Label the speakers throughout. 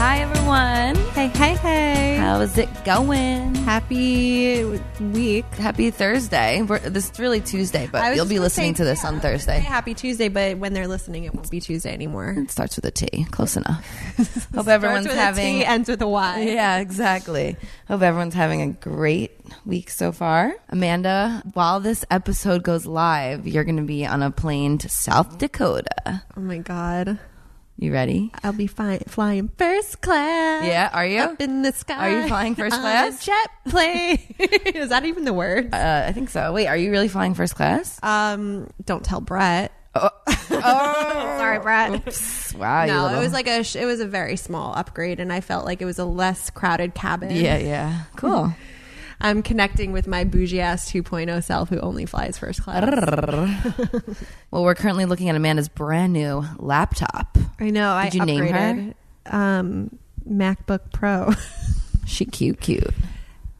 Speaker 1: Hi, everyone.
Speaker 2: Hey, hey, hey.
Speaker 1: How's it going?
Speaker 2: Happy week.
Speaker 1: Happy Thursday. We're, this is really Tuesday,
Speaker 2: I
Speaker 1: but
Speaker 2: was
Speaker 1: you'll
Speaker 2: just
Speaker 1: be
Speaker 2: gonna
Speaker 1: listening
Speaker 2: say-
Speaker 1: to this
Speaker 2: yeah, I
Speaker 1: on
Speaker 2: was gonna say
Speaker 1: Thursday.
Speaker 2: happy Tuesday, but when they're listening, it won't be Tuesday anymore.
Speaker 1: It starts with a T. Close enough. Hope everyone's
Speaker 2: Starts with
Speaker 1: having.
Speaker 2: a T, ends with a Y.
Speaker 1: Yeah, exactly. Hope everyone's having a great week so far. Amanda, while this episode goes live, you're going to be on a plane to South Dakota.
Speaker 2: Oh my god,
Speaker 1: You ready?
Speaker 2: I'll be fi- flying first class.
Speaker 1: Yeah, are you?
Speaker 2: Up in the sky.
Speaker 1: Are you flying first
Speaker 2: on a
Speaker 1: class?
Speaker 2: jet plane. Is that even the word?
Speaker 1: Uh, I think so. Wait, are you really flying first class?
Speaker 2: Um, don't tell Brett.
Speaker 1: Oh,
Speaker 2: Sorry, Brett.
Speaker 1: wow. you
Speaker 2: No, it
Speaker 1: little-
Speaker 2: was like a sh- it was a very small upgrade, and I felt like it was a less crowded cabin.
Speaker 1: Yeah, yeah. Cool.
Speaker 2: I'm connecting with my bougie ass 2.0 self who only flies first class.
Speaker 1: well, we're currently looking at Amanda's brand new laptop.
Speaker 2: I know. I
Speaker 1: Did you name
Speaker 2: upgraded, Um, MacBook Pro.
Speaker 1: She cute, cute.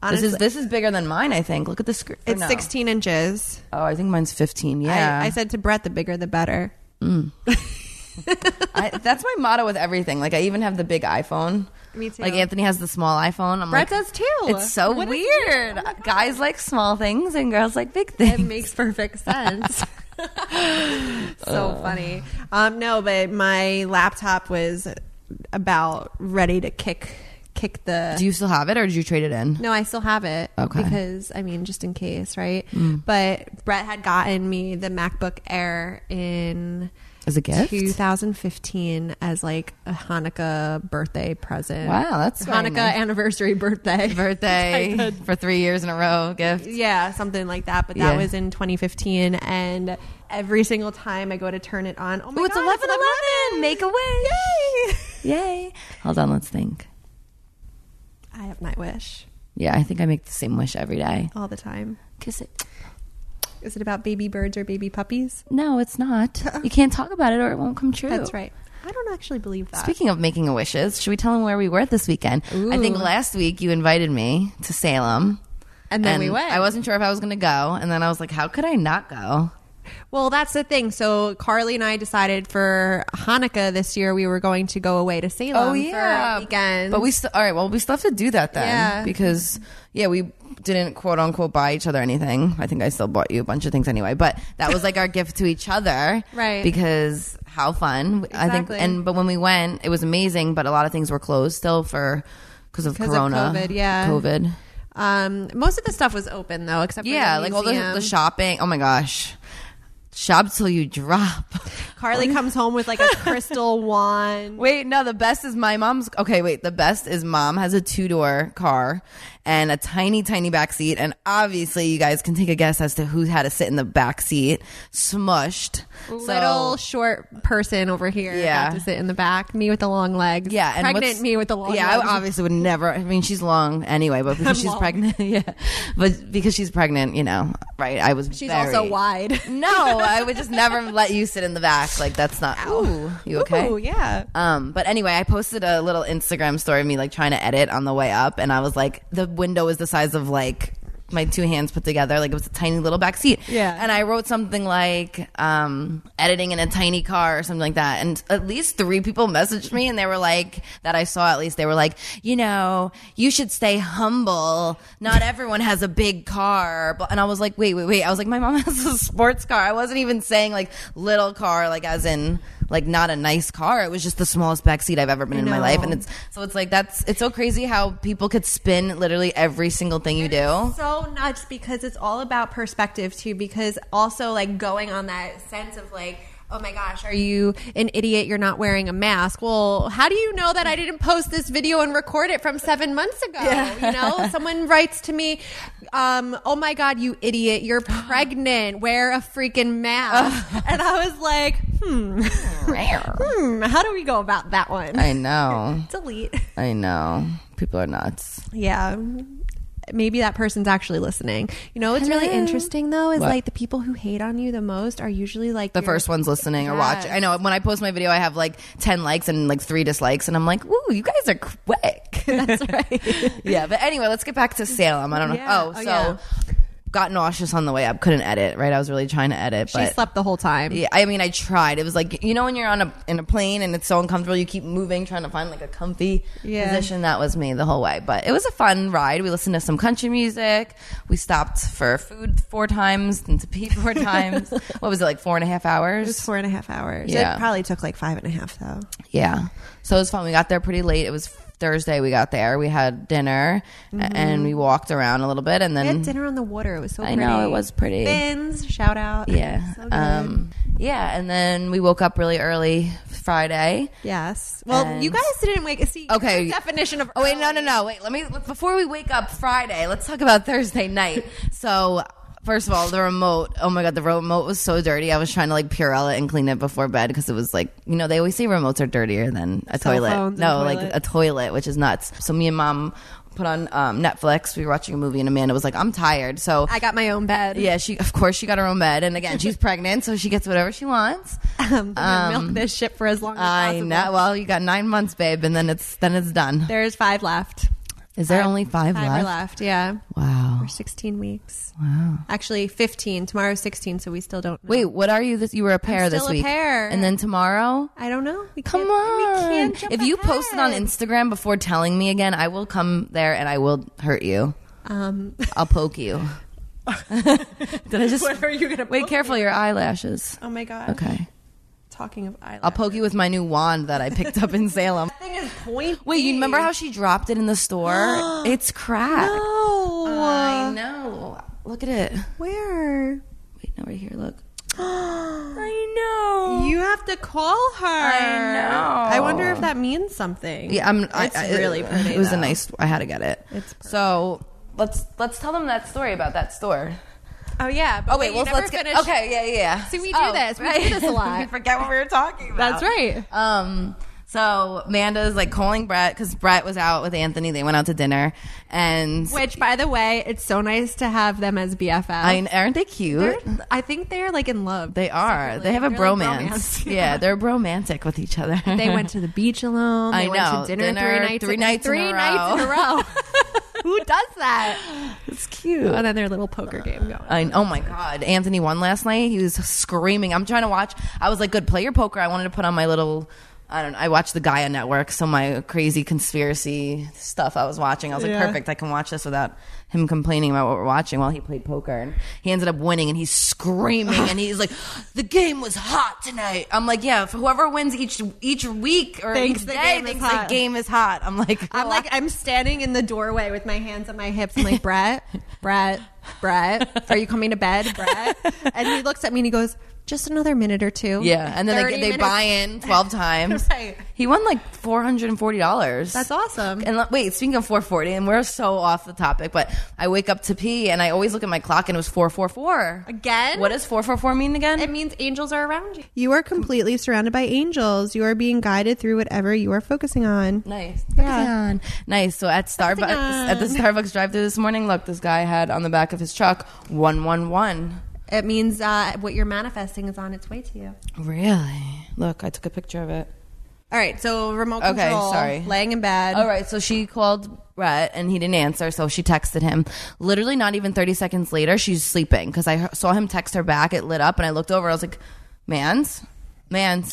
Speaker 2: Honestly,
Speaker 1: this is this is bigger than mine. I think. Look at the screen.
Speaker 2: it's 16 inches.
Speaker 1: Oh, I think mine's fifteen. Yeah,
Speaker 2: I, I said to Brett, the bigger the better.
Speaker 1: I, that's my motto with everything. Like I even have the big iPhone.
Speaker 2: Me too.
Speaker 1: Like Anthony has the small iPhone. I'm like,
Speaker 2: Brett does too.
Speaker 1: It's so
Speaker 2: What is
Speaker 1: weird. Guys like small things and girls like big
Speaker 2: It
Speaker 1: things.
Speaker 2: makes perfect sense. so funny. Um, no, but my laptop was about ready to kick kick the
Speaker 1: Do you still have it, or did you trade it in?
Speaker 2: No, I still have it.
Speaker 1: Okay.
Speaker 2: Because I mean, just in case, right? But Brett had gotten me the MacBook Air in
Speaker 1: As a gift?
Speaker 2: 2015 as like a Hanukkah birthday present.
Speaker 1: Wow, that's very
Speaker 2: Hanukkah
Speaker 1: nice.
Speaker 2: anniversary birthday.
Speaker 1: Birthday for three years in a row. Gift.
Speaker 2: Yeah, something like that. But that
Speaker 1: Yeah.
Speaker 2: was in 2015, and every single time I go to turn it on, oh my
Speaker 1: Ooh,
Speaker 2: god,
Speaker 1: it's 11 11. Make a wish. Yay. Yay. Hold on, let's think.
Speaker 2: I have my wish
Speaker 1: Yeah, I think I make the same wish every day.
Speaker 2: all the time.
Speaker 1: Kiss it.
Speaker 2: Is it about baby birds or baby puppies?
Speaker 1: No, it's not. You can't talk about it or it won't come true.
Speaker 2: That's right. I don't actually believe that.
Speaker 1: Speaking of making a wishes, should we tell them where we were this weekend? I think
Speaker 2: Ooh.
Speaker 1: last week you invited me to Salem.
Speaker 2: and then we went.
Speaker 1: I wasn't sure if I was going to go. And then I was like, how could I not go?
Speaker 2: Well, that's the thing. So Carly and I decided for Hanukkah this year we were going to go away to
Speaker 1: Oh,
Speaker 2: Salem um, for a weekend.
Speaker 1: But we still, all right, well, we still have to do that then.
Speaker 2: Yeah.
Speaker 1: Because, yeah, we didn't quote unquote buy each other anything. I think I still bought you a bunch of things anyway. But that was like our gift to each other.
Speaker 2: Right.
Speaker 1: Because how fun. I think,
Speaker 2: Exactly.
Speaker 1: and, but when we went, it was amazing, but a lot of things were closed still for, because of
Speaker 2: 'Cause of
Speaker 1: Corona.
Speaker 2: COVID, yeah.
Speaker 1: COVID.
Speaker 2: um, most of the stuff was open though, except
Speaker 1: Yeah,
Speaker 2: for the
Speaker 1: like all the,
Speaker 2: museum.
Speaker 1: the shopping. Oh my gosh. Shop till you drop.
Speaker 2: Carly comes home with like a crystal wand.
Speaker 1: Wait, no, the best is my mom's. Okay, wait, the best is mom has a two door car and a tiny, tiny back seat. And obviously, you guys can take a guess as to who had to sit in the back seat, smushed. So-
Speaker 2: Little short person over here,
Speaker 1: Yeah.
Speaker 2: got to sit in the back. Me with the long legs,
Speaker 1: yeah, and
Speaker 2: pregnant
Speaker 1: what's-
Speaker 2: me with the long
Speaker 1: Yeah,
Speaker 2: legs.
Speaker 1: I obviously would never. I mean, she's long anyway, but because she's
Speaker 2: long.
Speaker 1: pregnant, yeah, but because she's pregnant, you know, right? I was.
Speaker 2: She's
Speaker 1: very-
Speaker 2: also wide.
Speaker 1: No, I would just never let you sit in the back. Like that's not. Ooh, you okay?
Speaker 2: Ooh, yeah.
Speaker 1: Um, but anyway, I posted a little Instagram story of me like trying to edit on the way up, and I was like, the window is the size of like my two hands put together, like it was a tiny little back seat.
Speaker 2: Yeah.
Speaker 1: And I wrote something like um, editing in a tiny car or something like that, and at least three people messaged me, and they were like that I saw at least they were like, you know, you should stay humble. Not everyone has a big car, but and I was like, wait, wait, wait. I was like, my mom has a sports car. I wasn't even saying like little car, like as in like not a nice car. It was just the smallest backseat I've ever been in my
Speaker 2: know.
Speaker 1: life, and it's so it's like that's it's so crazy how people could spin literally every single thing you do.
Speaker 2: so nuts because it's all about perspective too because also like going on that sense of like oh my gosh are you an idiot you're not wearing a mask well how do you know that i didn't post this video and record it from seven months ago you know someone writes to me um, oh my god you idiot you're pregnant wear a freaking mask and i was like hmm, hmm how do we go about that one
Speaker 1: I know,
Speaker 2: delete
Speaker 1: I know. People are nuts.
Speaker 2: yeah maybe that person's actually listening you know what's really
Speaker 1: Hello.
Speaker 2: interesting though is
Speaker 1: What?
Speaker 2: like the people who hate on you the most are usually like
Speaker 1: the first ones listening or watching.
Speaker 2: Yes.
Speaker 1: I know when I post my video, I have like 10 likes and like three dislikes, and I'm like, ooh, you guys are quick.
Speaker 2: that's right
Speaker 1: yeah, but anyway, let's get back to Salem. I don't know.
Speaker 2: Yeah.
Speaker 1: Oh,
Speaker 2: Oh,
Speaker 1: so
Speaker 2: yeah.
Speaker 1: got nauseous on the way up. Couldn't edit. Right, I was really trying to edit.
Speaker 2: She
Speaker 1: but
Speaker 2: slept the whole time.
Speaker 1: Yeah, I mean, I tried. It was like you know when you're on a in a plane and it's so uncomfortable, you keep moving, trying to find like a comfy
Speaker 2: Yeah.
Speaker 1: position. That was me the whole way, but it was a fun ride. We listened to some country music. We stopped for food four times and to pee four times. what was it like four and a half hours?
Speaker 2: It was four and a half hours.
Speaker 1: Yeah.
Speaker 2: It probably took like five and a half though.
Speaker 1: Yeah. So it was fun. We got there pretty late. It was Thursday. We got there. We had dinner a- and we walked around a little bit and
Speaker 2: We had
Speaker 1: then
Speaker 2: Mm-hmm. dinner on the water. It was so
Speaker 1: Mm-hmm. I
Speaker 2: pretty.
Speaker 1: know it was pretty.
Speaker 2: Fins, shout out.
Speaker 1: Yeah.
Speaker 2: So good.
Speaker 1: um yeah, and then we woke up really early Friday.
Speaker 2: yes. Well,
Speaker 1: and-
Speaker 2: you guys didn't wake see
Speaker 1: Okay.
Speaker 2: your definition of
Speaker 1: Oh wait, no, no, no. Wait, let me before we wake up Friday, let's talk about Thursday night. So First of all, the remote. Oh my god, the remote was so dirty. I was trying to like Purell it and clean it before bed because it was like you know they always say remotes are dirtier than a
Speaker 2: Cell
Speaker 1: toilet.
Speaker 2: phones and
Speaker 1: No, like
Speaker 2: toilet.
Speaker 1: a toilet, which is nuts. So me and mom put on um, Netflix. We were watching a movie and Amanda was like, "I'm tired." So
Speaker 2: I got my own bed.
Speaker 1: yeah, she of course she got her own bed, and again she's pregnant, so she gets whatever she wants.
Speaker 2: Um, gonna milk this shit for as long as
Speaker 1: I
Speaker 2: possible.
Speaker 1: know. Well, you got nine months, babe, and then it's then it's done.
Speaker 2: There's five left.
Speaker 1: Is there only five,
Speaker 2: Five
Speaker 1: left?
Speaker 2: are left. Yeah.
Speaker 1: Wow.
Speaker 2: We're 16 weeks.
Speaker 1: Wow.
Speaker 2: Actually, 15. Tomorrow's 16, so we still don't. know.
Speaker 1: Wait, what are you this you were a pair
Speaker 2: I'm
Speaker 1: this
Speaker 2: still a
Speaker 1: week.
Speaker 2: pair.
Speaker 1: And then tomorrow?
Speaker 2: I don't know. We
Speaker 1: Come
Speaker 2: can't,
Speaker 1: on.
Speaker 2: We can't jump
Speaker 1: if you
Speaker 2: ahead.
Speaker 1: post it on Instagram before telling me again, I will come there and I will hurt you.
Speaker 2: um,
Speaker 1: I'll poke you. Did I just
Speaker 2: What are you gonna
Speaker 1: Wait,
Speaker 2: poke
Speaker 1: careful your eyelashes.
Speaker 2: oh my god.
Speaker 1: Okay.
Speaker 2: Talking of eyelash.
Speaker 1: I'll poke you with my new wand that I picked up in Salem.
Speaker 2: thing is point.
Speaker 1: Wait, you remember how she dropped it in the store? it's cracked.
Speaker 2: No.
Speaker 1: I know. Look at it.
Speaker 2: Where?
Speaker 1: Wait, no, right here. Look.
Speaker 2: you
Speaker 1: I know.
Speaker 2: have to call her.
Speaker 1: I know.
Speaker 2: I wonder if that means something.
Speaker 1: Yeah, I'm.
Speaker 2: It's
Speaker 1: I, I,
Speaker 2: really
Speaker 1: it,
Speaker 2: pretty.
Speaker 1: It was a
Speaker 2: though.
Speaker 1: nice. I had to get it.
Speaker 2: It's perfect.
Speaker 1: so let's let's tell them that story about that store.
Speaker 2: Oh yeah. But you never finished-
Speaker 1: Okay, yeah, yeah, yeah. Oh,
Speaker 2: See, we do this. We do this a lot.
Speaker 1: we forget what we were talking about.
Speaker 2: That's right.
Speaker 1: Um, so Amanda's like calling Brett because Brett was out with Anthony. They went out to dinner, and
Speaker 2: Which, by the way, it's so nice to have them as BFFs.
Speaker 1: I, aren't they cute?
Speaker 2: They're- I think they're like in love.
Speaker 1: they are. They have a
Speaker 2: They're like
Speaker 1: bromance.
Speaker 2: bromance.
Speaker 1: yeah. they're romantic with each other.
Speaker 2: They went to the beach alone. They
Speaker 1: I
Speaker 2: went
Speaker 1: know.
Speaker 2: to dinner,
Speaker 1: Dinner
Speaker 2: three nights,
Speaker 1: three nights in
Speaker 2: three
Speaker 1: a
Speaker 2: nights in a row. Who does that?
Speaker 1: It's cute.
Speaker 2: And then their little poker game going.
Speaker 1: I, oh my god, Anthony won last night. He was screaming. I'm trying to watch. I was like, "Good, play your poker." I wanted to put on my little. I don't. know. I watched the Gaia Network, so my crazy conspiracy stuff I was watching. I was like,
Speaker 2: Yeah.
Speaker 1: "Perfect, I can watch this without him complaining about what we're watching." While he played poker, and he ended up winning, and he's screaming, and he's like, "The game was hot tonight." I'm like, "Yeah, for whoever wins each each week or
Speaker 2: Thinks
Speaker 1: each
Speaker 2: the
Speaker 1: day
Speaker 2: game is
Speaker 1: thinks
Speaker 2: hot.
Speaker 1: the game is hot." I'm like,
Speaker 2: I'm like, I'm standing in the doorway with my hands on my hips. I'm like, Brett, Brett, Brett, are you coming to bed, Brett? And he looks at me and he goes, just another minute or two.
Speaker 1: Yeah, and then
Speaker 2: 30
Speaker 1: they, they
Speaker 2: minutes.
Speaker 1: buy in twelve times.
Speaker 2: Right.
Speaker 1: He won like four hundred and forty dollars.
Speaker 2: That's awesome.
Speaker 1: And like, wait, speaking of four forty, and we're so off the topic, but I wake up to pee, and I always look at my clock, and it was four four four
Speaker 2: Again?
Speaker 1: What does four four four mean again?
Speaker 2: It means angels are around you. You are completely surrounded by angels. You are being guided through whatever you are focusing on.
Speaker 1: Nice.
Speaker 2: Yeah.
Speaker 1: Focusing on. Nice. So at Starbucks,
Speaker 2: on.
Speaker 1: at the Starbucks drive-through this morning, look, this guy had on the back of his truck one one one.
Speaker 2: It means uh, what you're manifesting is on its way to you.
Speaker 1: Really? Look, I took a picture of it.
Speaker 2: All right, so remote
Speaker 1: Okay,
Speaker 2: control.
Speaker 1: sorry.
Speaker 2: Laying in bed.
Speaker 1: All right, so she called Brett and he didn't answer, so she texted him. Literally, not even 30 seconds later, she's sleeping because I he- saw him text her back. It lit up, and I looked over. I was like, Mans, Mans,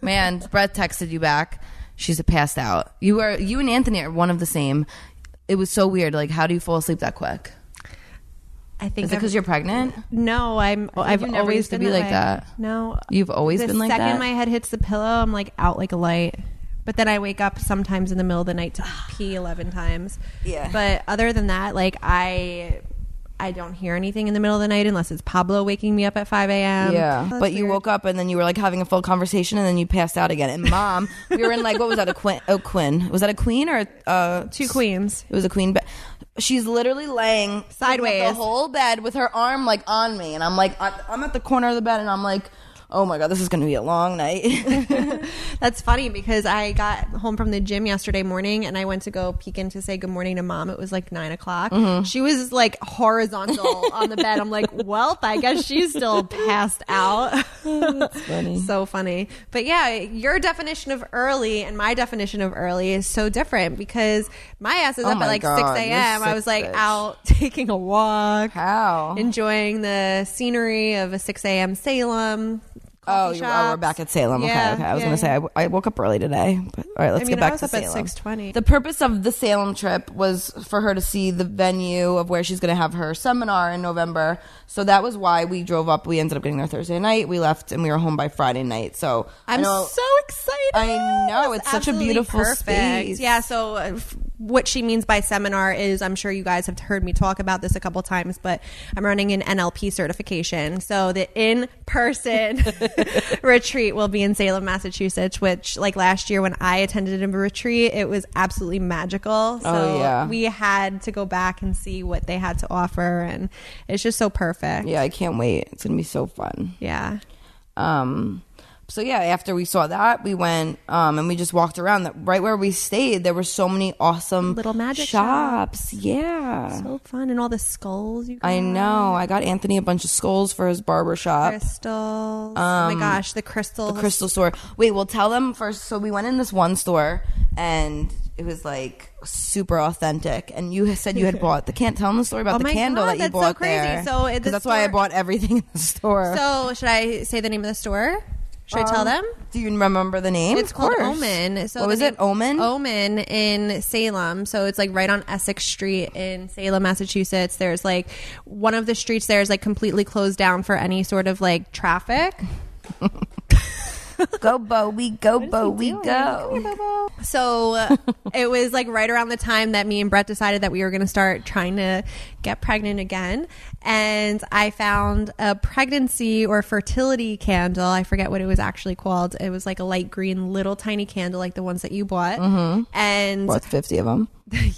Speaker 1: Mans. Brett texted you back. She's passed out. You are you and Anthony are one of the same. It was so weird. Like, how do you fall asleep that quick?
Speaker 2: I think
Speaker 1: Is it
Speaker 2: I've-
Speaker 1: because you're pregnant?
Speaker 2: no, I'm. I've
Speaker 1: you never
Speaker 2: always
Speaker 1: used to
Speaker 2: been
Speaker 1: be
Speaker 2: that
Speaker 1: like
Speaker 2: way.
Speaker 1: that.
Speaker 2: No,
Speaker 1: You've always
Speaker 2: the
Speaker 1: been like
Speaker 2: second
Speaker 1: that?
Speaker 2: my head hits the pillow, I'm like out like a light. But then I wake up sometimes in the middle of the night to pee eleven times.
Speaker 1: Yeah.
Speaker 2: But other than that, like I, I don't hear anything in the middle of the night unless it's Pablo waking me up at five a.m. Um, That's
Speaker 1: but you
Speaker 2: weird.
Speaker 1: woke up and then you were like having a full conversation and then you passed out again. And mom, we were in like what was that a Quinn? Oh, Quinn. Was that a queen or uh,
Speaker 2: two queens.
Speaker 1: It was a queen bed. She's literally laying
Speaker 2: Sideways.
Speaker 1: the whole bed with her arm like on me, and I'm like, I- I'm at the corner of the bed, and I'm like, oh my God, this is going to be a long night.
Speaker 2: That's funny because I got home from the gym yesterday morning and I went to go peek in to say good morning to mom. It was like nine o'clock.
Speaker 1: Mm-hmm.
Speaker 2: She was like horizontal on the bed. I'm like, well, I guess she's still passed out.
Speaker 1: funny.
Speaker 2: so funny. But yeah, your definition of early and my definition of early is so different because my ass is up
Speaker 1: Oh my
Speaker 2: at like
Speaker 1: God,
Speaker 2: 6
Speaker 1: you're
Speaker 2: a.m. I
Speaker 1: sick,
Speaker 2: was like
Speaker 1: bitch.
Speaker 2: out taking a walk,
Speaker 1: How?
Speaker 2: enjoying the scenery of a 6 a.m. Salem.
Speaker 1: oh,
Speaker 2: coffee
Speaker 1: you're, oh, we're
Speaker 2: shops.
Speaker 1: back at Salem.
Speaker 2: Yeah,
Speaker 1: okay, okay. I was
Speaker 2: yeah,
Speaker 1: going to say, I, w- I woke up early today. But, all right, let's
Speaker 2: I mean,
Speaker 1: get back
Speaker 2: I was
Speaker 1: to
Speaker 2: up
Speaker 1: Salem.
Speaker 2: at six twenty.
Speaker 1: The purpose of the Salem trip was for her to see the venue of where she's going to have her seminar in November. So that was why we drove up. We ended up getting there Thursday night. We left and we were home by Friday night. So I
Speaker 2: I'm
Speaker 1: know-
Speaker 2: so excited.
Speaker 1: I know,
Speaker 2: That's
Speaker 1: it's such a
Speaker 2: absolutely
Speaker 1: beautiful space.
Speaker 2: Yeah. So, uh, f- what she means by seminar is, I'm sure you guys have heard me talk about this a couple times, but I'm running an NLP certification. So the in-person retreat will be in Salem, Massachusetts. Which, like last year when I attended a retreat, it was absolutely magical. So
Speaker 1: Oh, yeah.
Speaker 2: we had to go back and see what they had to offer, and it's just so perfect.
Speaker 1: yeah, I can't wait. It's going to be so fun.
Speaker 2: Yeah.
Speaker 1: Um, so yeah, after we saw that, we went um, and we just walked around. That right where we stayed, there were so many awesome
Speaker 2: Little magic
Speaker 1: shops. Yeah,
Speaker 2: So fun, and all the skulls you. Got.
Speaker 1: I know. I got Anthony a bunch of skulls for his barber shop.
Speaker 2: crystals. oh my gosh, the crystal.
Speaker 1: Um, the crystal store. Wait, we'll tell them first. So we went in this one store and it was like super authentic. And you said you had bought the can't tell them the story about
Speaker 2: Oh
Speaker 1: the
Speaker 2: my
Speaker 1: candle
Speaker 2: God,
Speaker 1: that you
Speaker 2: that's so
Speaker 1: bought
Speaker 2: crazy.
Speaker 1: there.
Speaker 2: So at
Speaker 1: 'Cause
Speaker 2: the
Speaker 1: that's why I
Speaker 2: store-
Speaker 1: bought everything in the store.
Speaker 2: So should I say the name of the store? Should I tell
Speaker 1: Um,
Speaker 2: them?
Speaker 1: Do you remember the name?
Speaker 2: It's
Speaker 1: Of
Speaker 2: called
Speaker 1: course.
Speaker 2: Omen. So
Speaker 1: what
Speaker 2: the
Speaker 1: was it?
Speaker 2: name-
Speaker 1: Omen.
Speaker 2: Omen in Salem. So it's like right on Essex Street in Salem, Massachusetts. There's like one of the streets there is like completely closed down for any sort of like traffic.
Speaker 1: Go Bowie, go Bowie, go.
Speaker 2: So uh, it was like right around the time that me and Brett decided that we were going to start trying to get pregnant again. And I found a pregnancy or fertility candle. I forget what it was actually called. It was like a light green, little tiny candle, like the ones that you bought. And
Speaker 1: What's fifty of them?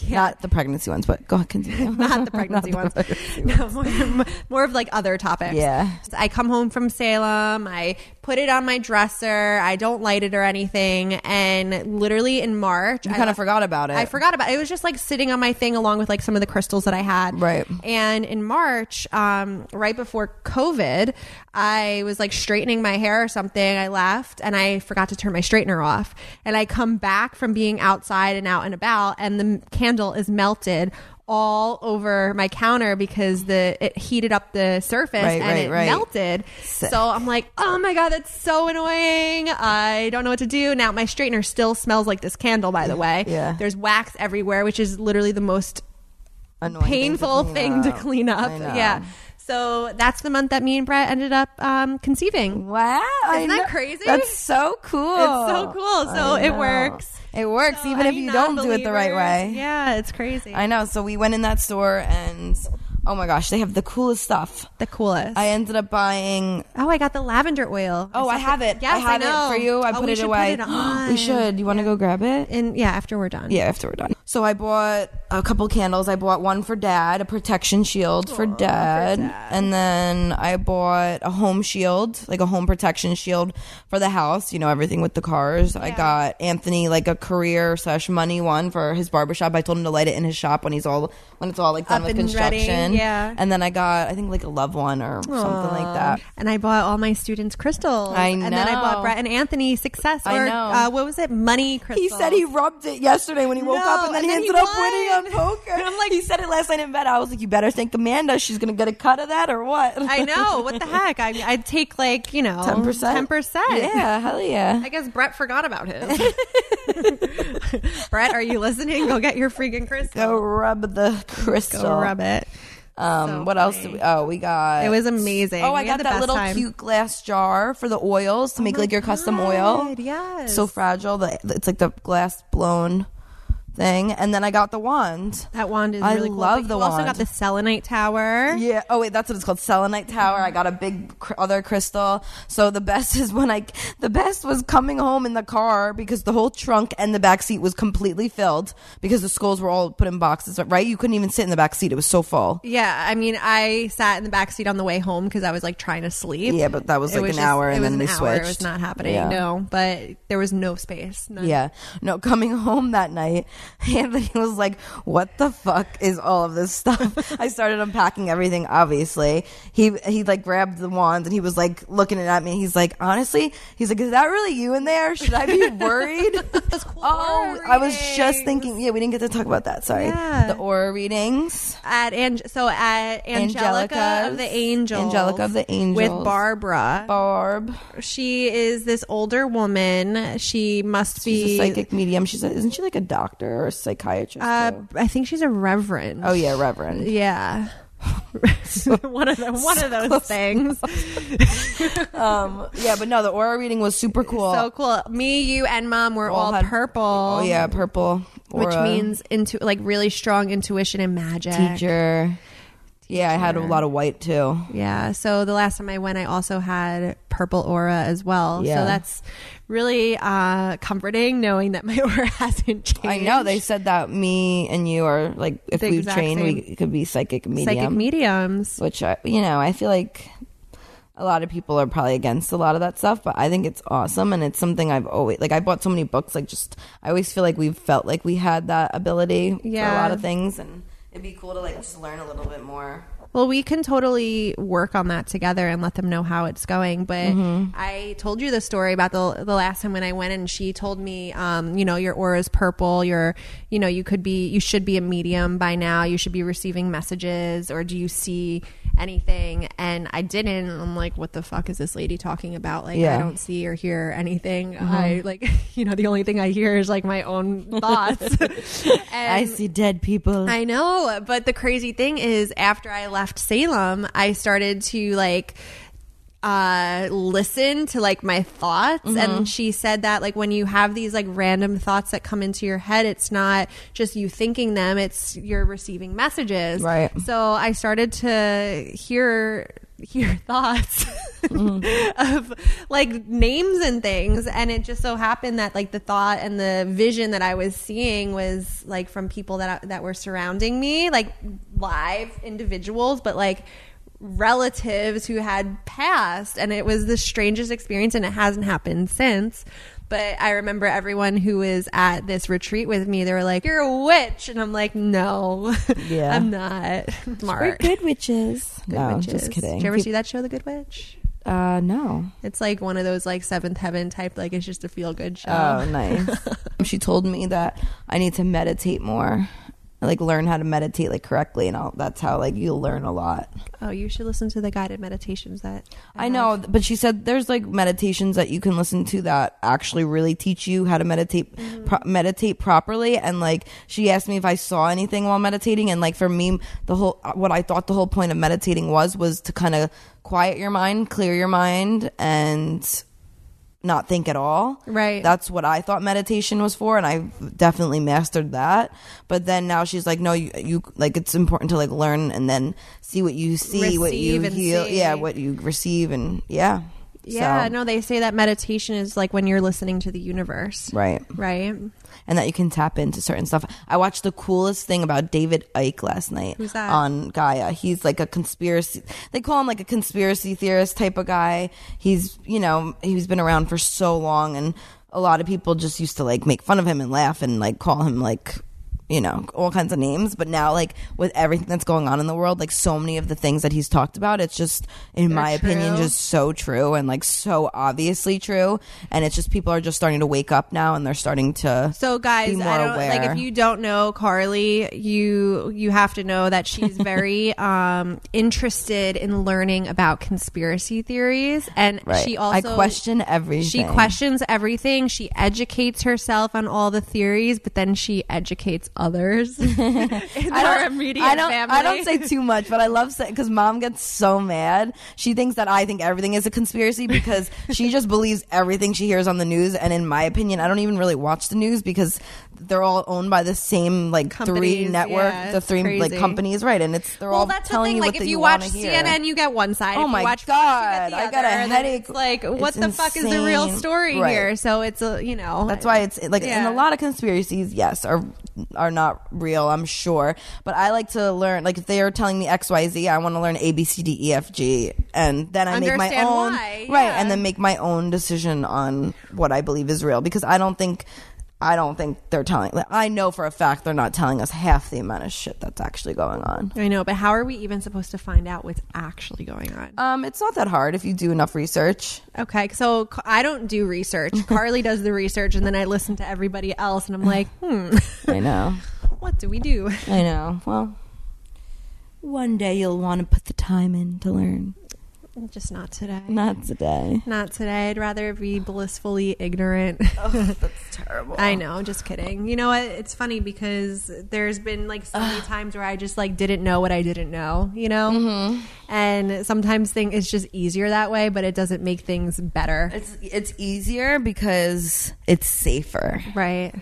Speaker 1: Not the pregnancy ones, but go ahead, continue.
Speaker 2: not the pregnancy ones. No, more, more of like other topics.
Speaker 1: Yeah.
Speaker 2: So I come home from Salem. I put it on my dresser. I don't light it or anything. And literally in March,
Speaker 1: You
Speaker 2: I
Speaker 1: kind of
Speaker 2: left-
Speaker 1: forgot about it.
Speaker 2: I forgot about it. It was just like sitting on my thing along with like some of the crystals that I had.
Speaker 1: Right.
Speaker 2: And in March, um, right before COVID, I was like straightening my hair or something. I left and I forgot to turn my straightener off. And I come back from being outside and out and about, and the m- candle is melted all over my counter because the it heated up the surface
Speaker 1: Right,
Speaker 2: and
Speaker 1: right,
Speaker 2: it
Speaker 1: right.
Speaker 2: melted. So I'm like, oh my god, that's so annoying. I don't know what to do now. My straightener still smells like this candle, by the way.
Speaker 1: Yeah.
Speaker 2: There's wax everywhere, which is literally the most
Speaker 1: Annoying thing to
Speaker 2: painful
Speaker 1: clean
Speaker 2: thing to
Speaker 1: up.
Speaker 2: clean up.
Speaker 1: I know.
Speaker 2: Yeah. So that's the month that me and Brett ended up um, conceiving.
Speaker 1: Wow. I
Speaker 2: Isn't that
Speaker 1: know.
Speaker 2: crazy?
Speaker 1: That's so cool.
Speaker 2: It's so cool. So
Speaker 1: I
Speaker 2: it
Speaker 1: know.
Speaker 2: works.
Speaker 1: It works,
Speaker 2: So
Speaker 1: even if
Speaker 2: any
Speaker 1: you don't do it the right way.
Speaker 2: non-believers- Yeah, it's crazy.
Speaker 1: I know. So we went in that store and oh my gosh, they have the coolest stuff.
Speaker 2: the coolest.
Speaker 1: I ended up buying.
Speaker 2: oh, I got the lavender oil.
Speaker 1: Oh, I
Speaker 2: saw-
Speaker 1: have it.
Speaker 2: Yes,
Speaker 1: I have
Speaker 2: know.
Speaker 1: it for you. I
Speaker 2: Oh,
Speaker 1: put
Speaker 2: we
Speaker 1: it
Speaker 2: should
Speaker 1: away.
Speaker 2: Put it on.
Speaker 1: we should. You want to go grab it?
Speaker 2: And yeah, after we're done.
Speaker 1: Yeah, after we're done. So I bought a couple candles. I bought one for dad, a protection shield for, dad, and then I bought a home shield, like a home protection shield for the house. You know, everything with the cars. I got Anthony like a career slash money one for his barbershop. I told him to light it in his shop when he's all when it's all like done
Speaker 2: Up
Speaker 1: with
Speaker 2: and ready,
Speaker 1: construction.
Speaker 2: yeah.
Speaker 1: and then I got I think like a love one or something like that.
Speaker 2: And I bought all my students crystals.
Speaker 1: I
Speaker 2: And then I bought
Speaker 1: know.
Speaker 2: Brett and Anthony success.
Speaker 1: I
Speaker 2: or,
Speaker 1: know.
Speaker 2: Uh, what was it? Money
Speaker 1: He
Speaker 2: crystals.
Speaker 1: said he rubbed it yesterday when he woke
Speaker 2: No,
Speaker 1: up, and then
Speaker 2: and
Speaker 1: he
Speaker 2: then
Speaker 1: ended
Speaker 2: he
Speaker 1: up winning on
Speaker 2: won.
Speaker 1: poker. I'm like, he said it last night in bed. I was like, you better thank Amanda. She's gonna get a cut of that or what?
Speaker 2: I know. What the heck? I, I'd take like, you know,
Speaker 1: 10%?
Speaker 2: 10%.
Speaker 1: Yeah, hell yeah.
Speaker 2: I guess Brett forgot about his. Brett, are you listening? Go get your freaking crystal.
Speaker 1: Go rub the crystal.
Speaker 2: Go rub it.
Speaker 1: Um,
Speaker 2: So
Speaker 1: what else? Did we, oh, we got.
Speaker 2: It was amazing.
Speaker 1: Oh, I
Speaker 2: We
Speaker 1: got
Speaker 2: had the
Speaker 1: that
Speaker 2: best
Speaker 1: little
Speaker 2: time.
Speaker 1: cute glass jar for the oils to make like your custom oil.
Speaker 2: God, Yes.
Speaker 1: So fragile. The, it's like the glass blown thing, and then I got the wand.
Speaker 2: That wand is
Speaker 1: I
Speaker 2: really cool.
Speaker 1: love
Speaker 2: But
Speaker 1: the
Speaker 2: you also got
Speaker 1: wand.
Speaker 2: the selenite tower.
Speaker 1: Yeah. Oh wait, that's what it's called, selenite tower. I got a big cr- other crystal. So the best is when I the best was coming home in the car because the whole trunk and the back seat was completely filled because the skulls were all put in boxes. Right? You couldn't even sit in the back seat. It was so full.
Speaker 2: Yeah, I mean, I sat in the back seat on the way home because I was like trying to sleep.
Speaker 1: Yeah, but that was
Speaker 2: It
Speaker 1: like an
Speaker 2: just-
Speaker 1: hour, and
Speaker 2: it was
Speaker 1: then
Speaker 2: an
Speaker 1: we
Speaker 2: hour.
Speaker 1: switched.
Speaker 2: It was not happening.
Speaker 1: Yeah.
Speaker 2: No, but there was no space. None.
Speaker 1: Yeah. No, coming home that night, Anthony was like, "What the fuck is all of this stuff?" I started unpacking everything. Obviously, he he like grabbed the wand and he was like looking at me. He's like, "Honestly," he's like, "Is that really you in there? Should I be worried?" oh, I was just thinking. Yeah, we didn't get to talk about that. Sorry.
Speaker 2: Yeah.
Speaker 1: The aura readings.
Speaker 2: At Ang- so at Angelica
Speaker 1: Angelica's-
Speaker 2: of the Angels,
Speaker 1: Angelica of the
Speaker 2: with
Speaker 1: Angels.
Speaker 2: Barbara.
Speaker 1: Barb,
Speaker 2: she is this older woman. She must
Speaker 1: she's a
Speaker 2: be.
Speaker 1: psychic medium. She's a, isn't she like a doctor or a psychiatrist?
Speaker 2: uh,
Speaker 1: too?
Speaker 2: I think she's a reverend.
Speaker 1: oh yeah, Reverend.
Speaker 2: yeah. one of the, one of those things.
Speaker 1: um yeah but no the aura reading was super cool
Speaker 2: So cool. Me, you, and mom were all,
Speaker 1: All had-
Speaker 2: purple.
Speaker 1: oh yeah purple
Speaker 2: which
Speaker 1: aura.
Speaker 2: means into like really strong intuition and magic.
Speaker 1: teacher yeah i had a lot of white too
Speaker 2: Yeah. So the last time I went, I also had purple aura as well. So
Speaker 1: Yeah.
Speaker 2: that's really uh, comforting knowing that my aura hasn't changed.
Speaker 1: i know they said that me and you are like if
Speaker 2: The
Speaker 1: we've
Speaker 2: exact
Speaker 1: trained we
Speaker 2: same.
Speaker 1: could be psychic medium
Speaker 2: psychic mediums.
Speaker 1: which I, you know i feel like a lot of people are probably against a lot of that stuff but i think it's awesome and it's something i've always like i bought so many books like just i always feel like we felt like we had that ability for a
Speaker 2: Yeah.
Speaker 1: lot of things and it'd be cool to like just learn a little bit more
Speaker 2: Well, we can totally work on that together and let them know how it's going. But
Speaker 1: Mm-hmm.
Speaker 2: I told you the story about the the last time when I went, and she told me, um, you know, your aura is purple. You're, you know, you could be, you should be a medium by now. You should be receiving messages, or do you see anything? And I didn't. I'm like, what the fuck is this lady talking about? Like, I
Speaker 1: Yeah. Mm-hmm.
Speaker 2: don't see or hear anything. I like, you know, the only thing I hear is like my own thoughts.
Speaker 1: i
Speaker 2: And-
Speaker 1: see dead people
Speaker 2: I know, but the crazy thing is after I left Salem, I started to like uh listen to like my thoughts and she said that like when you have these like random thoughts that come into your head it's not just you thinking them it's you're receiving messages
Speaker 1: Right.
Speaker 2: so i started to hear hear thoughts of like names and things and it just so happened that like the thought and the vision that i was seeing was like from people that I, that were surrounding me like live individuals but like relatives who had passed and it was the strangest experience and it hasn't happened since but I remember everyone who was at this retreat with me, they were like, You're a witch. And I'm like, No,
Speaker 1: Yeah.
Speaker 2: I'm not. Mark.
Speaker 1: good witches.
Speaker 2: Good
Speaker 1: no,
Speaker 2: Witches.
Speaker 1: just kidding.
Speaker 2: Did you ever see that show, The Good Witch?
Speaker 1: uh, no.
Speaker 2: It's like one of those like seventh heaven type, like it's just a feel good show.
Speaker 1: Oh, nice. she told me that I need to meditate more, like learn how to meditate like correctly, and all. That's how like you'll learn a lot.
Speaker 2: oh, you should listen to the guided meditations that
Speaker 1: I know, but she said there's like meditations that you can listen to that actually really teach you how to meditate, pro- meditate properly. And like, she asked me if I saw anything while meditating, and like for me, the whole uh, what I thought the whole point of meditating was was to kind of quiet your mind, clear your mind, and not think at all.
Speaker 2: Right.
Speaker 1: That's what I thought meditation was for, and I definitely mastered that. But then now she's like, no, you, you like it's important to like learn and then see what you see, what you
Speaker 2: Receive and
Speaker 1: heal, yeah,
Speaker 2: see.
Speaker 1: what you receive, and yeah,
Speaker 2: Yeah,
Speaker 1: So,
Speaker 2: no, they say that meditation is like when you're listening to the universe.
Speaker 1: right,
Speaker 2: Right?
Speaker 1: and that you can tap into certain stuff. I watched the coolest thing about David Icke last night
Speaker 2: Who's that?
Speaker 1: on Gaia. He's like a conspiracy. They call him like a conspiracy theorist type of guy. He's you know he's been around for so long, and a lot of people just used to like make fun of him and laugh and like call him like you know all kinds of names but now like with everything that's going on in the world like so many of the things that he's talked about it's just in my opinion
Speaker 2: true.
Speaker 1: just so true and like so obviously true and it's just people are just starting to wake up now and they're starting to
Speaker 2: So guys,
Speaker 1: Be more
Speaker 2: I don't like
Speaker 1: aware.
Speaker 2: if you don't know Carly, you you have to know that she's very um interested in learning about conspiracy theories and
Speaker 1: Right.
Speaker 2: she also
Speaker 1: I question everything.
Speaker 2: She questions everything. She educates herself on all the theories, but then she educates others in our immediate
Speaker 1: I don't,
Speaker 2: family.
Speaker 1: I don't say too much, but I love saying because mom gets so mad. She thinks that I think everything is a conspiracy because she just believes everything she hears on the news. And in my opinion, I don't even really watch the news because they're all owned by the same like three
Speaker 2: Companies,
Speaker 1: network,
Speaker 2: yeah,
Speaker 1: the
Speaker 2: it's
Speaker 1: three like
Speaker 2: crazy.
Speaker 1: companies, right? And it's they're all
Speaker 2: Well, that's the
Speaker 1: telling
Speaker 2: thing.
Speaker 1: you
Speaker 2: Like,
Speaker 1: what
Speaker 2: if
Speaker 1: that
Speaker 2: you,
Speaker 1: you wanna
Speaker 2: watch
Speaker 1: hear.
Speaker 2: CNN, you get one side.
Speaker 1: Oh
Speaker 2: if
Speaker 1: my
Speaker 2: you watch
Speaker 1: God,
Speaker 2: Fox, you get the
Speaker 1: I
Speaker 2: other.
Speaker 1: got a
Speaker 2: And then
Speaker 1: headache.
Speaker 2: It's like, what
Speaker 1: It's
Speaker 2: the fuck is the real
Speaker 1: insane.
Speaker 2: story
Speaker 1: Right.
Speaker 2: here? So it's a, you know,
Speaker 1: That's why it's like and
Speaker 2: Yeah.
Speaker 1: a lot of conspiracies, yes, are are not real, I'm sure. But I like to learn like if they are telling me XYZ, I want to learn A B C D E F G and then I make my
Speaker 2: Understand
Speaker 1: own
Speaker 2: why,
Speaker 1: right
Speaker 2: yeah.
Speaker 1: and then make my own decision on what I believe is real because I don't think I don't think they're telling like, I know for a fact they're not telling us half the amount of shit that's actually going on.
Speaker 2: I know, but how are we even supposed to find out what's actually going on?
Speaker 1: Um it's not that hard if you do enough research.
Speaker 2: Okay, so Ca- I don't do research. Carly does the research, and then I listen to everybody else, and I'm like, hmm,
Speaker 1: I know.
Speaker 2: what do we do?
Speaker 1: I know. Well, one day you'll want to put the time in to learn.
Speaker 2: Just not today.
Speaker 1: Not today.
Speaker 2: Not today. I'd rather be blissfully ignorant.
Speaker 1: That's terrible.
Speaker 2: I know, just kidding. You know what? It's funny because there's been like so many times where I just like didn't know what I didn't know, you know? And sometimes thing it's just easier that way, but it doesn't make things better.
Speaker 1: It's it's easier because it's safer
Speaker 2: Right.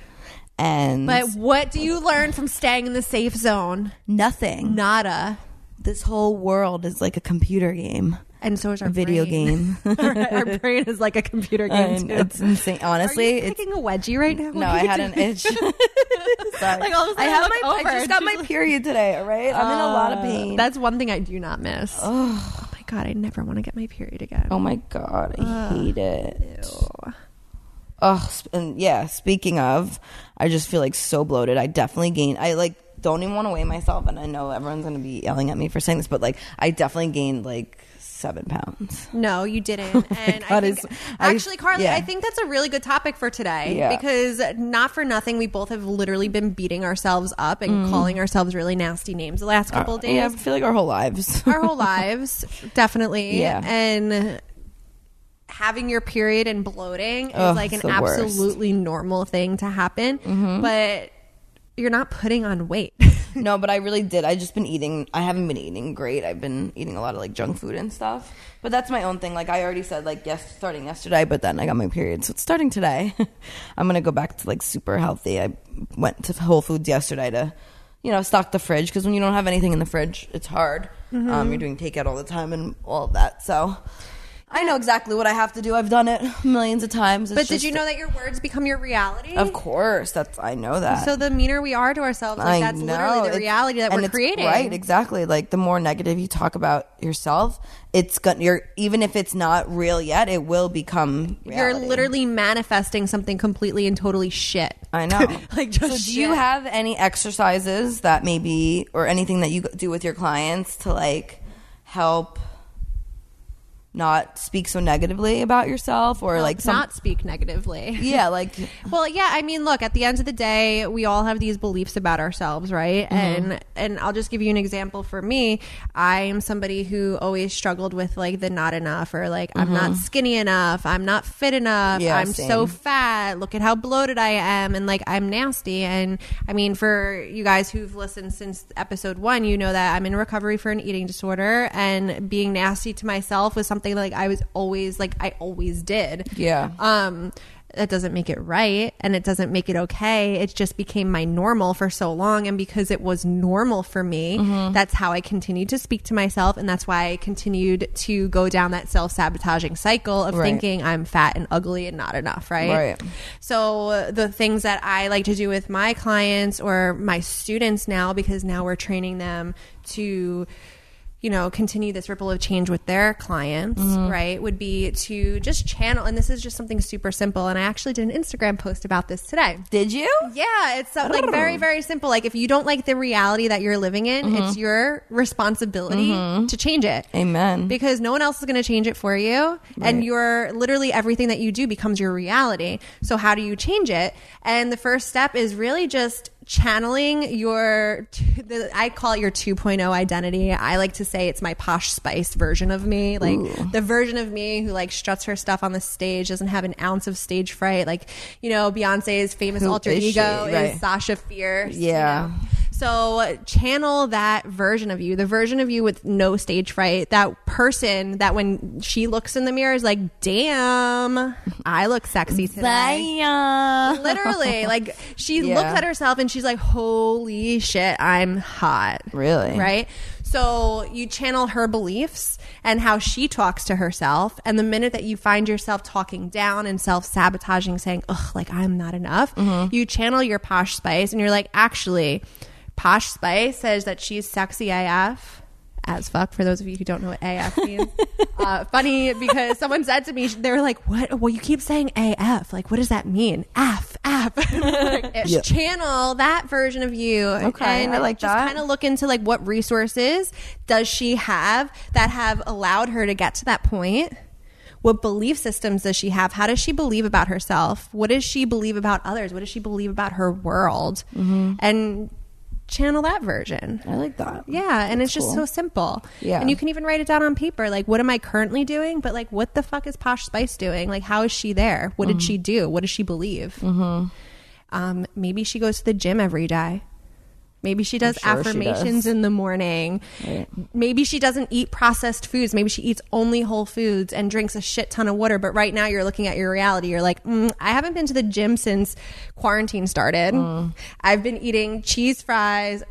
Speaker 1: and
Speaker 2: But what do you learn from staying in the safe zone?
Speaker 1: nothing.
Speaker 2: Nada.
Speaker 1: This whole world is like a computer game,
Speaker 2: And so is our
Speaker 1: a video
Speaker 2: brain.
Speaker 1: game.
Speaker 2: our brain is like a computer game
Speaker 1: And
Speaker 2: too.
Speaker 1: it's insane.
Speaker 2: Are
Speaker 1: Honestly,
Speaker 2: you
Speaker 1: it's
Speaker 2: picking a wedgie right now?
Speaker 1: no. I had an itch. Sorry.
Speaker 2: Like, all of a sudden
Speaker 1: I
Speaker 2: I
Speaker 1: have
Speaker 2: look
Speaker 1: my.
Speaker 2: over
Speaker 1: I just
Speaker 2: and
Speaker 1: got
Speaker 2: she's
Speaker 1: my
Speaker 2: like-
Speaker 1: period today. All right, I'm in a lot of
Speaker 2: Uh,
Speaker 1: pain.
Speaker 2: That's one thing I do not miss. Oh, my god, I never want to get my period again.
Speaker 1: oh my god, I hate it.
Speaker 2: Uh, Ew.
Speaker 1: Oh, sp- and yeah. Speaking of, I just feel like so bloated. I definitely gained. I like don't even want to weigh myself, and I know everyone's gonna be yelling at me for saying this, but like I definitely gained like seven pounds.
Speaker 2: No, you didn't. And I
Speaker 1: Oh God,
Speaker 2: think,
Speaker 1: it's- I-
Speaker 2: actually, Carly,
Speaker 1: yeah.
Speaker 2: I think that's a really good topic for today
Speaker 1: Yeah.
Speaker 2: because not for nothing, we both have literally been beating ourselves up and calling ourselves really nasty names the last couple of days,
Speaker 1: Mm. Uh, Yeah, I feel like our whole lives.
Speaker 2: our whole lives, definitely.
Speaker 1: Yeah.
Speaker 2: And having your period and bloating is
Speaker 1: Ugh,
Speaker 2: like an
Speaker 1: it's the worst. Mm-hmm.
Speaker 2: absolutely normal thing to happen, but you're not putting on weight.
Speaker 1: no, but I really did. I just been eating. I haven't been eating great. I've been eating a lot of like junk food and stuff. But that's my own thing. Like I already said, like yes, starting yesterday, but then I got my period, so it's starting today. I'm gonna go back to like super healthy. I went to Whole Foods yesterday to, you know, stock the fridge because when you don't have anything in the fridge, it's hard.
Speaker 2: Mm-hmm.
Speaker 1: Um, you're doing takeout all the time and all of that. So I know exactly what I have to do. I've done it millions of times. It's
Speaker 2: but did you
Speaker 1: just-
Speaker 2: know that your words become your reality?
Speaker 1: Of course, that's I know that.
Speaker 2: So the meaner we are to ourselves, like that's literally the
Speaker 1: it's-
Speaker 2: reality that
Speaker 1: and
Speaker 2: we're
Speaker 1: it's
Speaker 2: creating.
Speaker 1: Right, exactly. Like the more negative you talk about yourself, it's gonna you're even if it's not real yet, it will become reality.
Speaker 2: You're literally manifesting something completely and totally shit.
Speaker 1: I know.
Speaker 2: Like, just
Speaker 1: so do you
Speaker 2: shit.
Speaker 1: have any exercises that maybe or anything that you do with your clients to like help not speak so negatively about yourself or like some
Speaker 2: not speak negatively.
Speaker 1: yeah, like
Speaker 2: Well, yeah, I mean, look, at the end of the day, we all have these beliefs about ourselves, right?
Speaker 1: Mm-hmm.
Speaker 2: And and I'll just give you an example for me. I am somebody who always struggled with like the not enough or like I'm not skinny enough, I'm not fit enough,
Speaker 1: Mm-hmm. Yeah,
Speaker 2: I'm
Speaker 1: same.
Speaker 2: so fat, look at how bloated I am and like I'm nasty and I mean for you guys who've listened since episode 1, you know that I'm in recovery for an eating disorder and being nasty to myself was something like I was always like I always did
Speaker 1: Yeah.
Speaker 2: um that doesn't make it right and it doesn't make it okay it just became my normal for so long and because it was normal for me that's how i continued to speak to myself and that's why i continued to go down that self-sabotaging cycle of
Speaker 1: Right.
Speaker 2: thinking i'm fat and ugly and not enough right
Speaker 1: Right.
Speaker 2: so uh, the things that i like to do with my clients or my students now because now we're training them to you know, continue this ripple of change with their clients, right? Would be to just channel, and this is just something super simple. And I actually did an Instagram post about this today.
Speaker 1: did you?
Speaker 2: Yeah, it's uh, like very, very simple. Like if you don't like the reality that you're living in, it's your responsibility to change it.
Speaker 1: Amen.
Speaker 2: Because no one else is going to change it for you. And your literally everything that you do becomes your reality. So how do you change it? And the first step is really just channeling your t- the, I call it your 2.0 identity. I like to say it's my posh spice version of me, like the version of me who like struts her stuff on the stage, doesn't have an ounce of stage fright, like you know Beyonce's famous
Speaker 1: Who
Speaker 2: alter
Speaker 1: is she?
Speaker 2: ego
Speaker 1: Right.
Speaker 2: is Sasha Fierce. you
Speaker 1: Yeah.
Speaker 2: know. So channel that version of you, the version of you with no stage fright, that person that when she looks in the mirror is like, damn, I look sexy today.
Speaker 1: Bye.
Speaker 2: Literally, like she
Speaker 1: Yeah.
Speaker 2: looks at herself and she's like, holy shit, I'm hot.
Speaker 1: Really?
Speaker 2: Right? So you channel her beliefs and how she talks to herself. And the minute that you find yourself talking down and self sabotaging, saying, ugh, like I'm not enough,
Speaker 1: Mm-hmm.
Speaker 2: you channel your Posh Spice and you're like, actually, Posh Spice says that she's sexy AF. As fuck, for those of you who don't know what AF means. uh, funny because someone said to me, they were like, What? Well, you keep saying AF. Like, what does that mean? F, F. Like, Channel that version of you.
Speaker 1: Okay,
Speaker 2: and
Speaker 1: I like
Speaker 2: just
Speaker 1: that.
Speaker 2: kinda look into like what resources does she have that have allowed her to get to that point what belief systems does she have how does she believe about herself what does she believe about others what does she believe about her world
Speaker 1: Mm-hmm.
Speaker 2: and channel that version
Speaker 1: I like that.
Speaker 2: yeah and it's just so
Speaker 1: cool.
Speaker 2: simple
Speaker 1: Yeah.
Speaker 2: and you can even write it down on paper like what am i currently doing but like what the fuck is posh spice doing like how is she there what
Speaker 1: Mm-hmm.
Speaker 2: did she do what does she believe mm-hmm. um, maybe she goes to the gym every day Maybe she does
Speaker 1: sure she
Speaker 2: affirmations
Speaker 1: does.
Speaker 2: in the morning.
Speaker 1: Right.
Speaker 2: Maybe she doesn't eat processed foods. Maybe she eats only whole foods and drinks a shit ton of water. But right now, you're looking at your reality. You're like, mm, I haven't been to the gym since quarantine started.
Speaker 1: Mm.
Speaker 2: I've been eating cheese fries.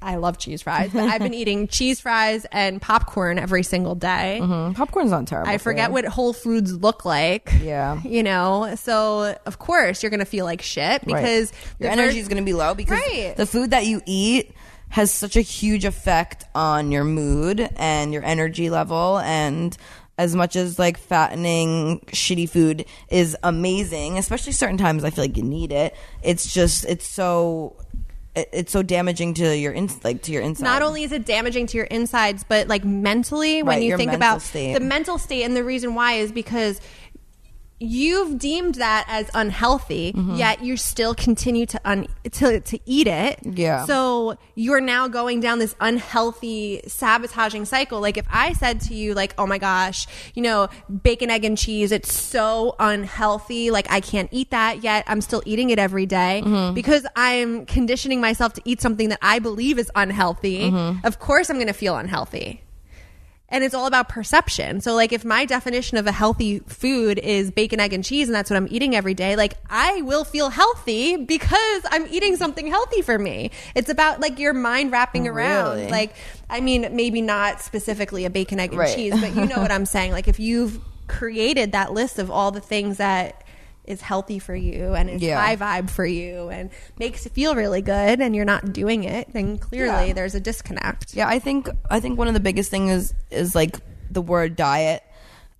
Speaker 2: I love cheese fries, but I've been eating cheese fries and popcorn every single day.
Speaker 1: Mm, popcorn's not terrible.
Speaker 2: I
Speaker 1: for
Speaker 2: forget
Speaker 1: you.
Speaker 2: what whole foods look like.
Speaker 1: Yeah.
Speaker 2: You know, so of course, you're going to feel like shit
Speaker 1: Right.
Speaker 2: because
Speaker 1: your
Speaker 2: the ver-
Speaker 1: energy is going to be low because
Speaker 2: Right.
Speaker 1: the food that you eat has such a huge effect on your mood and your energy level and as much as like fattening shitty food is amazing especially certain times i feel like you need it it's just it's so it- it's so damaging to your in, like to your inside
Speaker 2: not only is it damaging to your insides, but like mentally when
Speaker 1: Right,
Speaker 2: you
Speaker 1: your
Speaker 2: think
Speaker 1: mental
Speaker 2: about
Speaker 1: state.
Speaker 2: the mental state and the reason why is because you've deemed that as unhealthy, yet you still continue to un- to to eat it.
Speaker 1: Yeah.
Speaker 2: So you're now going down this unhealthy sabotaging cycle. Like if I said to you like, "Oh my gosh, you know, bacon egg and cheese, it's so unhealthy. Like I can't eat that yet. I'm still eating it every day." because I'm conditioning myself to eat something that I believe is unhealthy. Of course I'm going to feel unhealthy and it's all about perception. So like if my definition of a healthy food is bacon, egg and cheese and that's what I'm eating every day, like I will feel healthy because I'm eating something healthy for me. It's about like your mind wrapping around.
Speaker 1: Really?
Speaker 2: Like I mean maybe not specifically a bacon, egg and
Speaker 1: Right.
Speaker 2: cheese, but you know what I'm saying? Like if you've created that list of all the things that is healthy for you and is
Speaker 1: Yeah.
Speaker 2: high vibe for you and makes you feel really good and you're not doing it, then clearly
Speaker 1: Yeah.
Speaker 2: there's a disconnect.
Speaker 1: Yeah, I think I think one of the biggest things is is like the word diet,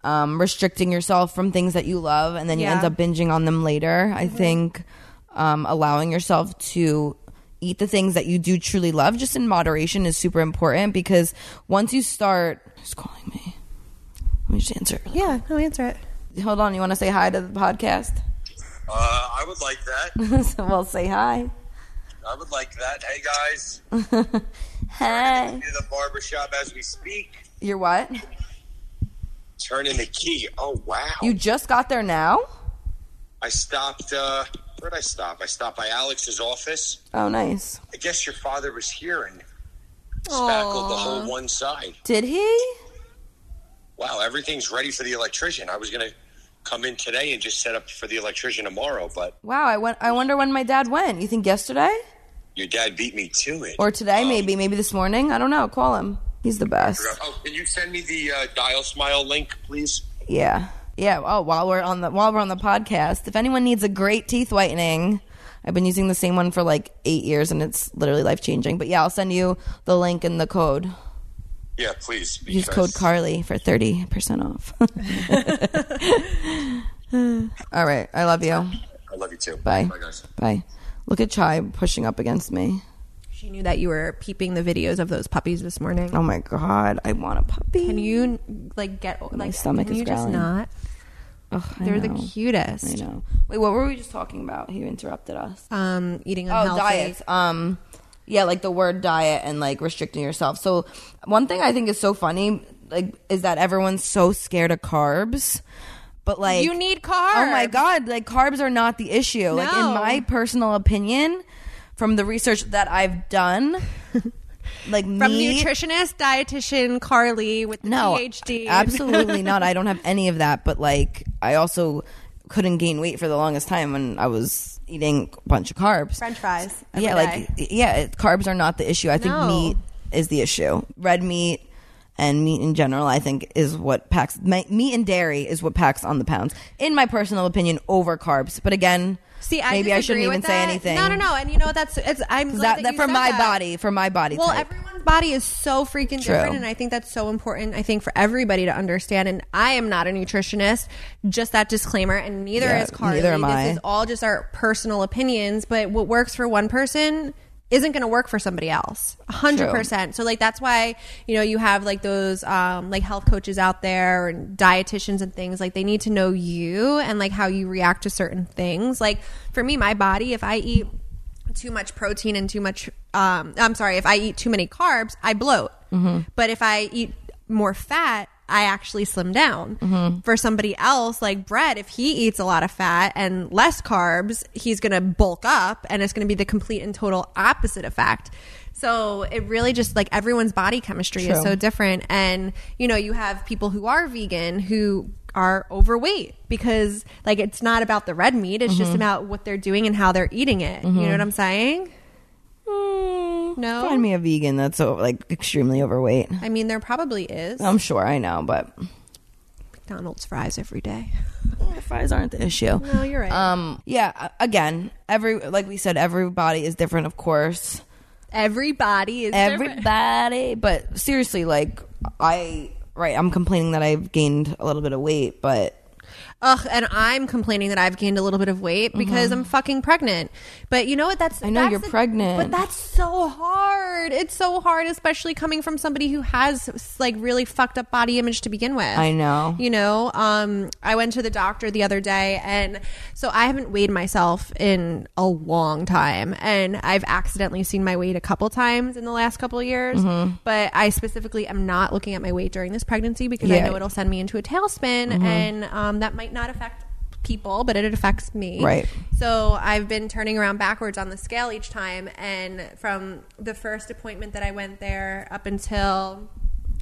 Speaker 1: um, restricting yourself from things that you love, and then you
Speaker 2: Yeah.
Speaker 1: end up binging on them later. I think um, allowing yourself to eat the things that you do truly love, just in moderation, is super important because once you start, who's calling me? Let me just answer. it really
Speaker 2: Yeah, no answer it.
Speaker 1: quick. Hold on, you want to say hi to the podcast?
Speaker 3: Uh, I would like that.
Speaker 1: so well, say hi.
Speaker 3: I would like that. Hey guys,
Speaker 1: Hi.
Speaker 3: in the barbershop as we speak.
Speaker 1: You're what?
Speaker 3: Turning the key. Oh wow!
Speaker 1: You just got there now?
Speaker 3: I stopped. Uh, where would I stop? I stopped by Alex's office.
Speaker 1: Oh, nice.
Speaker 3: I guess your father was here and spackled the whole one side.
Speaker 1: Did he?
Speaker 3: Wow, everything's ready for the electrician. I was gonna come in today and just set up for the electrician tomorrow, but
Speaker 1: Wow, I went. I wonder when my dad went. You think yesterday
Speaker 3: your dad beat me to it.
Speaker 1: or today? Maybe, maybe this morning. I don't know. Call him. He's the best.
Speaker 3: Oh, can you send me the uh, dial smile link, please?
Speaker 1: Yeah, yeah. Oh, while we're on the while we're on the podcast, if anyone needs a great teeth whitening, I've been using the same one for like eight years, and it's literally life changing. But yeah, I'll send you the link and the code.
Speaker 3: Yeah, please.
Speaker 1: Use code Carly for thirty percent off. All right, I love you.
Speaker 3: I love you too.
Speaker 1: Bye.
Speaker 3: Bye, guys.
Speaker 1: Bye. Look at Chai pushing up against me.
Speaker 2: She knew that you were peeping the videos of those puppies this morning.
Speaker 1: Oh my god, I want a puppy.
Speaker 2: Can you like get like
Speaker 1: stomach
Speaker 2: can
Speaker 1: is
Speaker 2: you
Speaker 1: growling.
Speaker 2: just not?
Speaker 1: Ugh, I
Speaker 2: They're the
Speaker 1: know. I
Speaker 2: cutest.
Speaker 1: know. Wait, what were we just talking about? He interrupted us.
Speaker 2: Um, eating
Speaker 1: Oh,
Speaker 2: unhealthy.
Speaker 1: diets. Um, yeah, like the word diet and like restricting yourself. So one thing I think is so funny, like, is that everyone's so scared of carbs, but like
Speaker 2: You need carbs.
Speaker 1: Oh my god, like carbs are not the issue. Like in
Speaker 2: No.
Speaker 1: my personal opinion, from the research that I've done, like
Speaker 2: From
Speaker 1: me,
Speaker 2: nutritionist, dietitian Carly with the
Speaker 1: no,
Speaker 2: PhD.
Speaker 1: absolutely not. I don't have any of that. But like, I also couldn't gain weight for the longest time when I was eating a bunch of carbs.
Speaker 2: French fries. every
Speaker 1: yeah,
Speaker 2: day.
Speaker 1: like yeah, it, carbs are not the issue. I think
Speaker 2: No.
Speaker 1: meat is the issue. Red meat and meat in general, I think, is what packs. My, meat and dairy is what packs on the pounds, in my personal opinion, over carbs. But again,
Speaker 2: See, I
Speaker 1: maybe I
Speaker 2: disagree
Speaker 1: shouldn't
Speaker 2: with
Speaker 1: even
Speaker 2: that.
Speaker 1: say anything.
Speaker 2: No, no, no. And you know what? That's it's. I'm glad
Speaker 1: That,
Speaker 2: that,
Speaker 1: that
Speaker 2: you
Speaker 1: for
Speaker 2: said
Speaker 1: my
Speaker 2: that.
Speaker 1: body, for my body
Speaker 2: Well,
Speaker 1: type.
Speaker 2: everyone's body is so freaking
Speaker 1: True.
Speaker 2: different, and I think that's so important. I think for everybody to understand. And I am not a nutritionist. Just that disclaimer. And neither
Speaker 1: Yeah,
Speaker 2: is Carly.
Speaker 1: neither am
Speaker 2: this
Speaker 1: I.
Speaker 2: is all just our personal opinions. But what works for one person isn't going to work for somebody else. A hundred
Speaker 1: True.
Speaker 2: percent. So like that's why you know you have like those um, like health coaches out there and dietitians and things like they need to know you and like how you react to certain things. Like for me, my body, if I eat too much protein and too much, um, I'm sorry, if I eat too many carbs, I bloat. But if I eat more fat. I actually slim down. For somebody else, like Brett, if he eats a lot of fat and less carbs, he's going to bulk up and it's going to be the complete and total opposite effect. So it really just like everyone's body chemistry is
Speaker 1: True.
Speaker 2: so different. And, you know, you have people who are vegan who are overweight because, like, it's not about the red meat, it's just about what they're doing and how they're eating it. You know what I'm saying? No.
Speaker 1: Mm, Find me a vegan that's so, like extremely overweight.
Speaker 2: I mean, there probably is
Speaker 1: I'm sure I know, but
Speaker 2: McDonald's fries every day.
Speaker 1: fries aren't the issue.
Speaker 2: No, you're right.
Speaker 1: Um, yeah. uh, Again, every like we said, everybody is different, of course.
Speaker 2: Everybody is different.
Speaker 1: everybody. But seriously, like I right, I'm complaining that I've gained a little bit of weight, but
Speaker 2: Ugh, and I'm complaining that I've gained a little bit of weight because I'm fucking pregnant. But you know what? That's I
Speaker 1: Mm-hmm. know you're pregnant.
Speaker 2: but that's so hard. It's so hard, especially coming from somebody who has like really fucked up body image to begin with.
Speaker 1: I know.
Speaker 2: You know, um, I went to the doctor the other day, and so I haven't weighed myself in a long time, and I've accidentally seen my weight a couple times in the last couple of years. But I specifically am not looking at my weight during this pregnancy because I
Speaker 1: Yeah.
Speaker 2: know it'll send me into a tailspin, and um, that might not affect people, but it affects me.
Speaker 1: Right.
Speaker 2: So I've been turning around backwards on the scale each time, and from the first appointment that I went there up until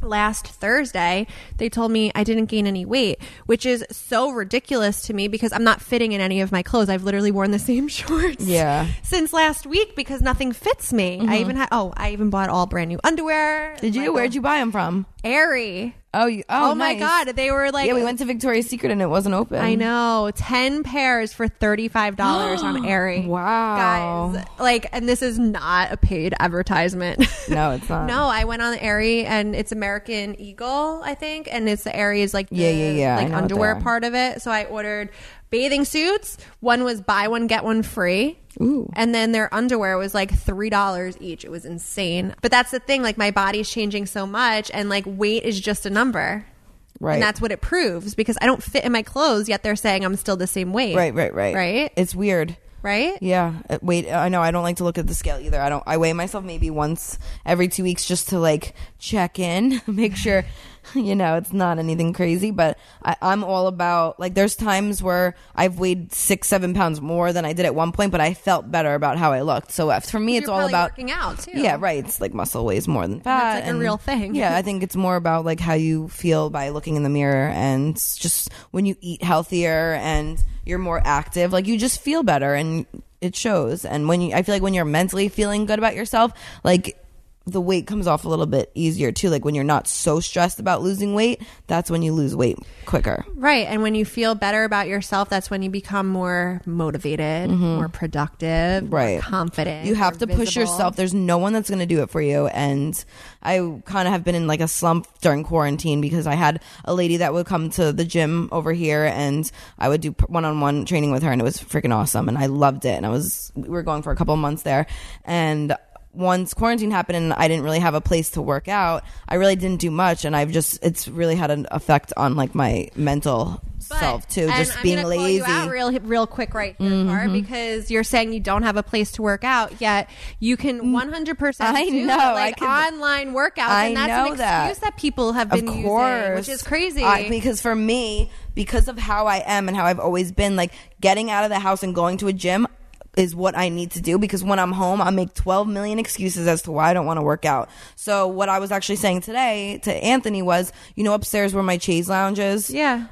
Speaker 2: last Thursday, they told me I didn't gain any weight, which is so ridiculous to me because I'm not fitting in any of my clothes. I've literally worn the same shorts
Speaker 1: Yeah. Mm-hmm.
Speaker 2: since last week because nothing fits me. I even had oh, I even bought all brand new underwear.
Speaker 1: did you?
Speaker 2: Like,
Speaker 1: Where'd you buy them from?
Speaker 2: Airy?
Speaker 1: Oh, you,
Speaker 2: Oh,
Speaker 1: oh,
Speaker 2: my
Speaker 1: nice.
Speaker 2: god, they were like
Speaker 1: Yeah, we went to Victoria's Secret and it wasn't open.
Speaker 2: I know. 10 pairs for $35 on Aerie.
Speaker 1: Wow.
Speaker 2: Guys, like, and this is not a paid advertisement.
Speaker 1: No, it's not.
Speaker 2: no, I went on Aerie and it's American Eagle, I think. And it's the Aerie is like the
Speaker 1: Yeah, yeah, yeah. I
Speaker 2: like
Speaker 1: know what
Speaker 2: underwear
Speaker 1: they are.
Speaker 2: part of it. So I ordered bathing suits. One was buy one, get one free.
Speaker 1: Ooh.
Speaker 2: And then their underwear was like $3 each. It was insane. But that's the thing. Like, my body's changing so much and like weight is just a number.
Speaker 1: Right.
Speaker 2: And that's what it proves because I don't fit in my clothes, yet they're saying I'm still the same weight.
Speaker 1: Right, right, right.
Speaker 2: Right?
Speaker 1: It's weird.
Speaker 2: right?
Speaker 1: Yeah. Uh, Wait, I know I don't like to look at the scale either. I don't I weigh myself maybe once every 2 weeks just to like check in, make sure you know it's not anything crazy, but I I'm all about like there's times where I've weighed 6 7 pounds more than I did at one point, but I felt better about how I looked. So uh, for me it's
Speaker 2: You're
Speaker 1: all
Speaker 2: probably
Speaker 1: about
Speaker 2: working out too.
Speaker 1: Yeah, right. It's like muscle weighs more than fat.
Speaker 2: like, a real thing.
Speaker 1: Yeah, I think it's more about like how you feel by looking in the mirror and s- just when you eat healthier and you're more active, like you just feel better and it shows. And when you, I feel like when you're mentally feeling good about yourself, like the weight comes off a little bit easier too. Like when you're not so stressed about losing weight, that's when you lose weight quicker.
Speaker 2: Right. And when you feel better about yourself, that's when you become more motivated, more productive,
Speaker 1: Mm-hmm.
Speaker 2: more
Speaker 1: Right.
Speaker 2: confident.
Speaker 1: You have
Speaker 2: more
Speaker 1: to push
Speaker 2: visible.
Speaker 1: yourself. There's no one that's going to do it for you. And I kind of have been in like a slump during quarantine because I had a lady that would come to the gym over here and I would do one on one training with her and it was freaking awesome. And I loved it. And I was, we were going for a couple of months there. And once quarantine happened and I didn't really have a place to work out, I really didn't do much. And I've just, it's really had an effect on like my mental
Speaker 2: But-
Speaker 1: self too.
Speaker 2: and
Speaker 1: Just
Speaker 2: I'm
Speaker 1: being
Speaker 2: gonna call
Speaker 1: lazy.
Speaker 2: You out real, real quick, right here, Bar, because you're saying you don't have a place to work out, yet you can 100 percent
Speaker 1: I
Speaker 2: do
Speaker 1: know, I
Speaker 2: like
Speaker 1: can-
Speaker 2: online workouts,
Speaker 1: I
Speaker 2: and that's
Speaker 1: know
Speaker 2: an
Speaker 1: that.
Speaker 2: excuse that people have
Speaker 1: of
Speaker 2: been using,
Speaker 1: course,
Speaker 2: which is crazy.
Speaker 1: I- because for me, because of how I am and how I've always been, like getting out of the house and going to a gym is what I need to do because when I'm home, I make 12 million excuses as to why I don't want to work out. So what I was actually saying today to Anthony was, you know, upstairs where my chaise lounge is,
Speaker 2: Yeah.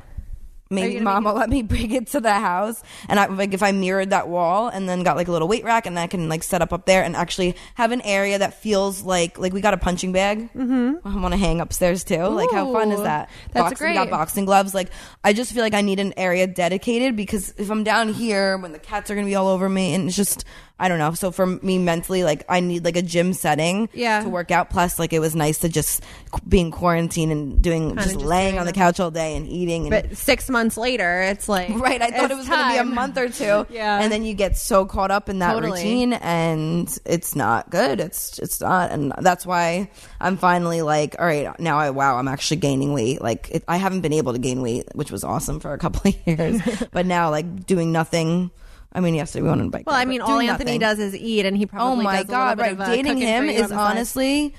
Speaker 1: maybe
Speaker 2: gonna
Speaker 1: mom will let me bring it to the house. And I like if I mirrored that wall and then got like a little weight rack and I can like set up up there and actually have an area that feels like like we got a punching bag. Mm-hmm. I want to hang upstairs too. Like how fun is
Speaker 2: Ooh,
Speaker 1: that?
Speaker 2: that's
Speaker 1: boxing, we got
Speaker 2: great.
Speaker 1: boxing gloves. Like I just feel like I need an area dedicated because if I'm down here when the cats are gonna be all over me and it's just I don't know. So for me mentally, like I need like a gym setting
Speaker 2: Yeah.
Speaker 1: to work out. Plus, like it was nice to just qu- being quarantined and doing just,
Speaker 2: just
Speaker 1: laying
Speaker 2: doing
Speaker 1: on the
Speaker 2: nothing.
Speaker 1: couch all day and eating. And
Speaker 2: But six months later, it's like
Speaker 1: Right. I thought it was going to be a month or two.
Speaker 2: Yeah.
Speaker 1: And then you get so caught up in that
Speaker 2: Totally.
Speaker 1: routine and it's not good. It's it's not and that's why I'm finally like, all right, now I wow, I'm actually gaining weight. Like it, I haven't been able to gain weight, which was awesome for a couple of years. but now like doing nothing. I mean, yesterday we went on a bike.
Speaker 2: Well, I
Speaker 1: ride, but
Speaker 2: mean, all
Speaker 1: doing
Speaker 2: Anthony
Speaker 1: nothing.
Speaker 2: does is eat, and he
Speaker 1: Oh
Speaker 2: probably
Speaker 1: my
Speaker 2: does a
Speaker 1: god!
Speaker 2: little
Speaker 1: Right,
Speaker 2: bit of, uh,
Speaker 1: dating
Speaker 2: cooking
Speaker 1: him
Speaker 2: for you on
Speaker 1: is
Speaker 2: the side.
Speaker 1: honestly,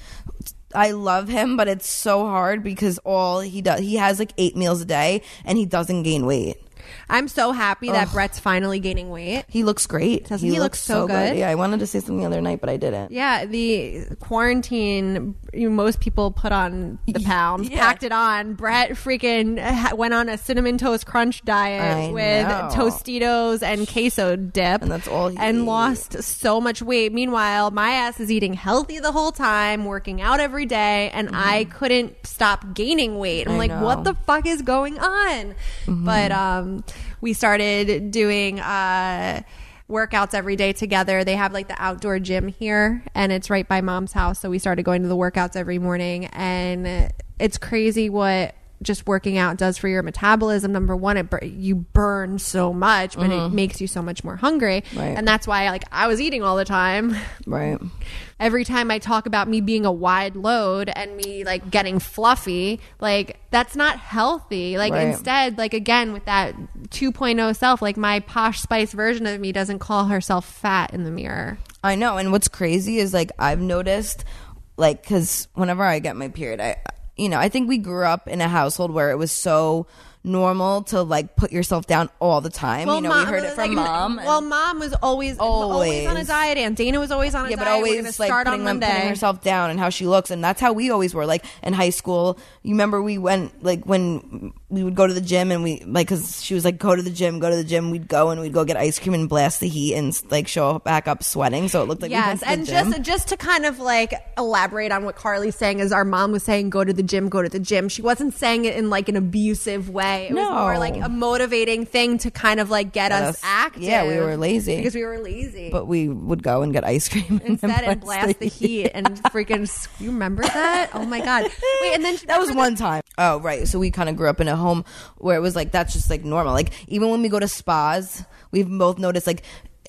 Speaker 1: I love him, but it's so hard because all he does, he has like eight meals a day, and he doesn't gain weight.
Speaker 2: I'm so happy that Brett's finally gaining weight.
Speaker 1: He looks great.
Speaker 2: Doesn't he look so good?
Speaker 1: Yeah, I wanted to say something the other night, but I didn't.
Speaker 2: Yeah, the quarantine, you know, most people put on the pound, packed it on. Brett freaking ha- went on a cinnamon toast crunch diet
Speaker 1: I
Speaker 2: with
Speaker 1: know.
Speaker 2: Tostitos and queso dip.
Speaker 1: And that's all he
Speaker 2: And
Speaker 1: ate.
Speaker 2: lost so much weight. Meanwhile, my ass is eating healthy the whole time, working out every day, and I couldn't stop gaining weight. I'm
Speaker 1: Mm-hmm. I
Speaker 2: like, what
Speaker 1: know.
Speaker 2: the fuck is going on? But um, we started doing uh, workouts every day together. They have like the outdoor gym here, and it's right by mom's house. So we started going to the workouts every morning, and it's crazy what just working out does for your metabolism. Number one, it bur- you burn so much, but it makes you so much more hungry,
Speaker 1: Right.
Speaker 2: and that's why like I was eating all the time.
Speaker 1: Right.
Speaker 2: every time I talk about me being a wide load and me like getting fluffy, like that's not healthy. Like
Speaker 1: Right.
Speaker 2: instead, like again with that 2.0 self, like my posh spice version of me doesn't call herself fat in the mirror.
Speaker 1: I know. And what's crazy is like I've noticed, like, because whenever I get my period, I, you know, I think we grew up in a household where it was so normal to like put yourself down all the time. you know, we heard it from
Speaker 2: like,
Speaker 1: mom. and-
Speaker 2: Well, mom was always always, on a
Speaker 1: Always.
Speaker 2: diet, and Dana was always on a
Speaker 1: yeah,
Speaker 2: diet.
Speaker 1: but
Speaker 2: We're gonna
Speaker 1: always like
Speaker 2: start
Speaker 1: putting,
Speaker 2: on
Speaker 1: them,
Speaker 2: Monday.
Speaker 1: putting herself down and how she looks, and that's how we always were. Like in high school, you remember we went like when we would go to the gym and we like because she was like go to the gym, go to the gym. We'd go and we'd go get ice cream and blast the heat and like show back up sweating, so it looked like
Speaker 2: Yes,
Speaker 1: we went
Speaker 2: and
Speaker 1: to the gym.
Speaker 2: just just to kind of like elaborate on what Carly's saying is our mom was saying go to the gym, go to the gym. She wasn't saying it in like an abusive way. It was
Speaker 1: No.
Speaker 2: more like a motivating thing to kind of like get, us,
Speaker 1: us-
Speaker 2: active.
Speaker 1: yeah, we were lazy.
Speaker 2: because we were lazy.
Speaker 1: but we would go and get ice cream and then
Speaker 2: Instead, and blast the heat and freaking. s- You remember that? Oh my god! Wait, and then
Speaker 1: that was
Speaker 2: remember
Speaker 1: one time. Oh, right. So we kind of grew up in a home where it was like that's just like normal. Like even when we go to spas, we've both noticed like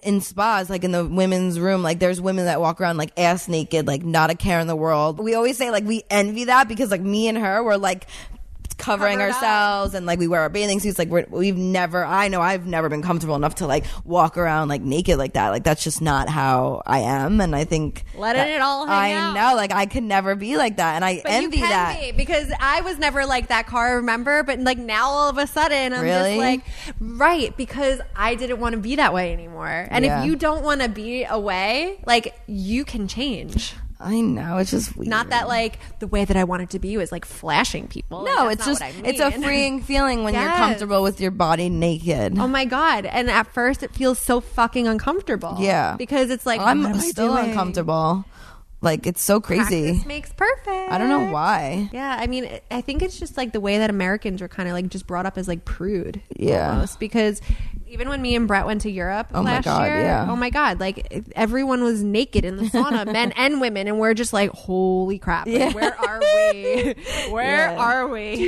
Speaker 1: in spas, like in the women's room, like there's women that walk around like ass naked, like not a care in the world. We always say like we envy that because like me and her were like covering
Speaker 2: Covered up.
Speaker 1: ourselves and like we wear our bathing suits like we're, we've never i know i've never been comfortable enough to like walk around like naked like that like that's just not how i am and i think
Speaker 2: Letting
Speaker 1: that-
Speaker 2: it all
Speaker 1: i
Speaker 2: hang out.
Speaker 1: know Oh, like i could never be like that and i
Speaker 2: But
Speaker 1: envy
Speaker 2: you can
Speaker 1: that
Speaker 2: be because I was never like that car, remember? But like now all of a sudden I'm
Speaker 1: Really?
Speaker 2: just like right because I didn't want to be that way anymore. And
Speaker 1: Yeah.
Speaker 2: if you don't want to be away, like you can change.
Speaker 1: I know it's just weird.
Speaker 2: Not that like the way that I wanted to be was like flashing people. Like,
Speaker 1: Mm. No,
Speaker 2: that's
Speaker 1: it's
Speaker 2: not
Speaker 1: just
Speaker 2: what I
Speaker 1: it's a
Speaker 2: mean.
Speaker 1: freeing feeling when you're
Speaker 2: Yes.
Speaker 1: comfortable with your body naked.
Speaker 2: Oh my god! And at first, it feels so fucking uncomfortable.
Speaker 1: yeah,
Speaker 2: because it's like
Speaker 1: I'm
Speaker 2: what am I
Speaker 1: still
Speaker 2: doing?
Speaker 1: uncomfortable. Like it's so crazy.
Speaker 2: Practice makes perfect.
Speaker 1: I don't know why.
Speaker 2: Yeah, I mean, I- I think it's just like the way that Americans were kind of like just brought up as like prude.
Speaker 1: Yeah.
Speaker 2: almost, because even when me and Brett went to Europe
Speaker 1: Oh my
Speaker 2: last
Speaker 1: God,
Speaker 2: year,
Speaker 1: yeah.
Speaker 2: oh my god, like everyone was naked in the sauna, men and women, and we're just like, holy crap, like,
Speaker 1: Yeah.
Speaker 2: where are we? Where
Speaker 1: Yeah.
Speaker 2: are we?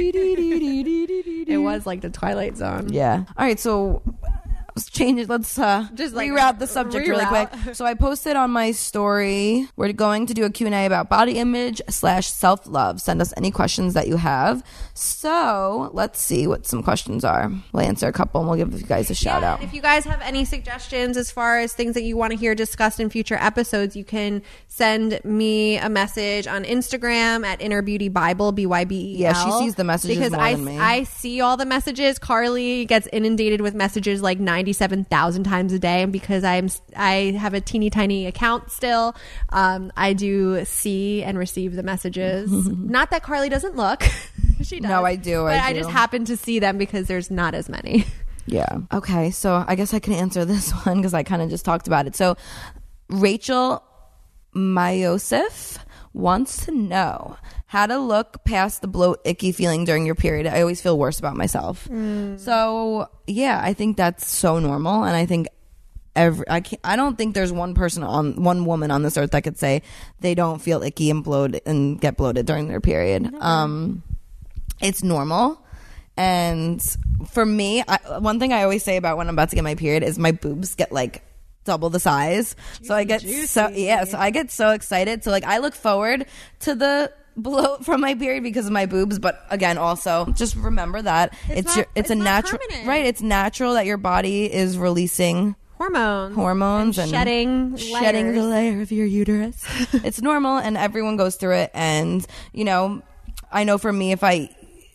Speaker 2: It was like the Twilight Zone.
Speaker 1: Yeah. All right, so uh, let's change it. Let's uh,
Speaker 2: Just, like,
Speaker 1: reroute the subject really
Speaker 2: reroute.
Speaker 1: quick. So I posted on my story. We're going to do a Q and A about body image slash self love. Send us any questions that you have. So let's see what some questions are. We'll answer a couple and we'll give you guys a shout
Speaker 2: Yeah,
Speaker 1: out.
Speaker 2: and If you guys have any suggestions as far as things that you want to hear discussed in future episodes, you can send me a message on Instagram at Inner Beauty Bible B Y B E L.
Speaker 1: Yeah, she sees the messages
Speaker 2: because
Speaker 1: more
Speaker 2: I
Speaker 1: than me.
Speaker 2: I see all the messages. Carly gets inundated with messages like nine 97,000 times a day. And because I'm, I have a teeny tiny account still, um, I do see and receive the messages. not that Carly doesn't look. she does.
Speaker 1: No, I do, I
Speaker 2: But I,
Speaker 1: do.
Speaker 2: just happen to see them because there's not as many.
Speaker 1: Yeah. Okay. So I guess I can answer this one because I kind of just talked about it. So Rachel Myosef wants to know how to look past the bloat icky feeling during your period. I always feel worse about myself. So yeah, I think that's so normal, and I think every I can't, I don't think there's one person on one woman on this earth that could say they don't feel icky and bloat and get bloated during their period. Um it's normal. And for me, I, one thing I always say about when I'm about to get my period is my boobs get like double the size. so I get so yeah, so I get so excited. So like I look forward to the bloat from my period because of my boobs, but again, also just remember that it's,
Speaker 2: not-
Speaker 1: your it's,
Speaker 2: it's
Speaker 1: a
Speaker 2: not
Speaker 1: natural
Speaker 2: permanent.
Speaker 1: right, it's natural that your body is releasing
Speaker 2: Hormones.
Speaker 1: hormones and,
Speaker 2: shedding
Speaker 1: shedding the
Speaker 2: layers.
Speaker 1: layer of your uterus. it's normal, and everyone goes through it. And you know, I know for me, if I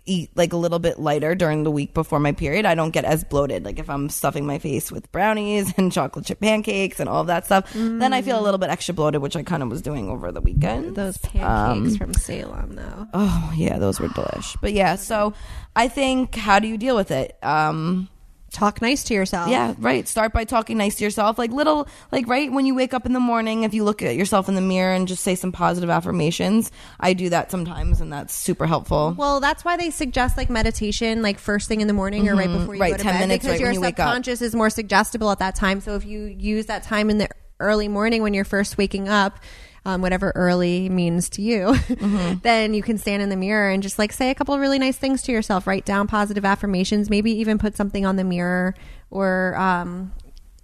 Speaker 1: eat like a little bit lighter during the week before my period, I don't get as bloated. Like if I'm stuffing my face with brownies and chocolate chip pancakes and all of that stuff, then I feel a little bit extra bloated, which I kind of was doing over the weekend.
Speaker 2: Those pancakes from Salem, though.
Speaker 1: Oh yeah, those were delish. But yeah, so I think how do you deal with it? Um,
Speaker 2: Talk nice to yourself.
Speaker 1: yeah, right. Start by talking nice to yourself. Like little, like right when you wake up in the morning, if you look at yourself in the mirror and just say some positive affirmations, I do that sometimes, and that's super helpful.
Speaker 2: Well, that's why they suggest like meditation, like first thing in the morning or right before
Speaker 1: Mm-hmm.
Speaker 2: you
Speaker 1: Right,
Speaker 2: go to
Speaker 1: 10
Speaker 2: bed,
Speaker 1: minutes
Speaker 2: because
Speaker 1: right
Speaker 2: your
Speaker 1: when you wake up.
Speaker 2: subconscious is more suggestible at that time. So if you use that time in the early morning when you're first waking up. Um, whatever early means to you,
Speaker 1: Mm-hmm.
Speaker 2: then you can stand in the mirror and just like say a couple of really nice things to yourself. Write down positive affirmations. Maybe even put something on the mirror, or um,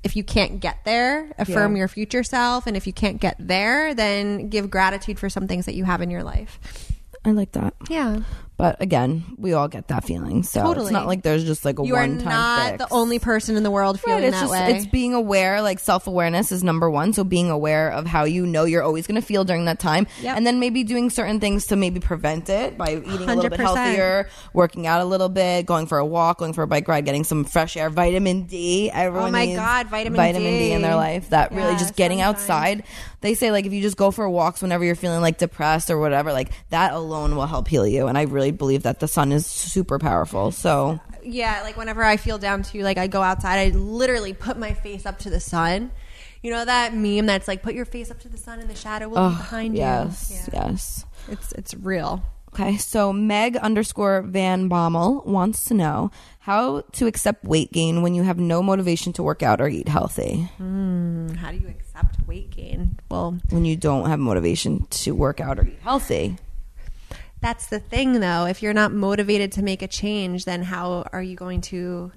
Speaker 2: if you can't get there, affirm
Speaker 1: Yeah.
Speaker 2: your future self. And if you can't get there, then give gratitude for some things that you have in your life.
Speaker 1: I like that,
Speaker 2: Yeah.
Speaker 1: but again, we all get that feeling, so it's
Speaker 2: Totally.
Speaker 1: not like there's just like a
Speaker 2: you are
Speaker 1: one
Speaker 2: not
Speaker 1: time.
Speaker 2: the only person in the world feeling
Speaker 1: Right, it's
Speaker 2: that
Speaker 1: just
Speaker 2: way.
Speaker 1: it's being aware. Like self awareness is number one. So being aware of how you know you're always going to feel during that time,
Speaker 2: Yep.
Speaker 1: and then maybe doing certain things to maybe prevent it by eating a little bit
Speaker 2: 100%.
Speaker 1: healthier, working out a little bit, going for a walk, going for a bike ride, getting some fresh air, vitamin D. Everyone
Speaker 2: Oh my
Speaker 1: needs
Speaker 2: God, vitamin
Speaker 1: D.
Speaker 2: D.
Speaker 1: in their life. That really
Speaker 2: Yes,
Speaker 1: just getting
Speaker 2: sometimes.
Speaker 1: outside. They say like if you just go for walks whenever you're feeling like depressed or whatever, like that alone will help heal you. And I really believe that the sun is super powerful. So
Speaker 2: yeah, like whenever I feel down too, like I go outside, I literally put my face up to the sun. You know that meme that's like, put your face up to the sun and the shadow will be behind you.
Speaker 1: yes,
Speaker 2: Yeah.
Speaker 1: yes.
Speaker 2: It's it's real.
Speaker 1: Okay, so Meg underscore Van Bommel wants to know how to accept weight gain when you have no motivation to work out or eat healthy.
Speaker 2: Mm, How do you accept weight gain? Well,
Speaker 1: When you don't have motivation to work out or eat healthy.
Speaker 2: that's the thing though. If you're not motivated to make a change, then how are you going to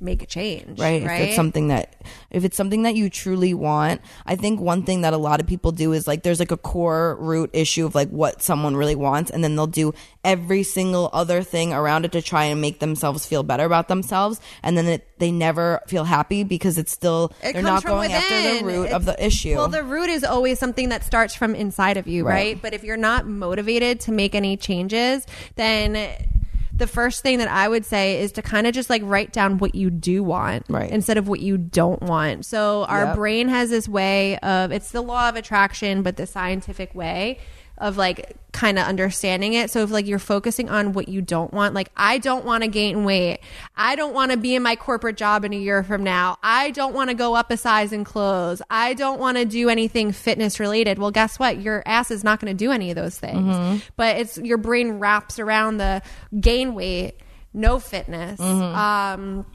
Speaker 2: make a change?
Speaker 1: right? If it's something that if it's something that you truly want, I think one thing that a lot of people do is like there's like a core root issue of like what someone really wants, and then they'll do every single other thing around it to try and make themselves feel better about themselves, and then it, they never feel happy because it's still
Speaker 2: It
Speaker 1: they're
Speaker 2: comes
Speaker 1: not
Speaker 2: from
Speaker 1: going after the
Speaker 2: within.
Speaker 1: root of
Speaker 2: It's-
Speaker 1: the issue.
Speaker 2: Well, the root is always something that starts from inside of you, right?
Speaker 1: Right.
Speaker 2: But if you're not motivated to make any changes, then the first thing that I would say is to kind of just like write down what you do want
Speaker 1: Right.
Speaker 2: instead of what you don't want. So our
Speaker 1: Yep.
Speaker 2: brain has this way of it's the law of attraction, but the scientific way of like kind of understanding it. So if like you're focusing on what you don't want, like I don't want to gain weight. I don't want to be in my corporate job in a year from now. I don't want to go up a size in clothes. I don't want to do anything fitness related. Well, guess what? Your ass is not going to do any of those things. But it's your brain wraps around the gain weight, no fitness. Um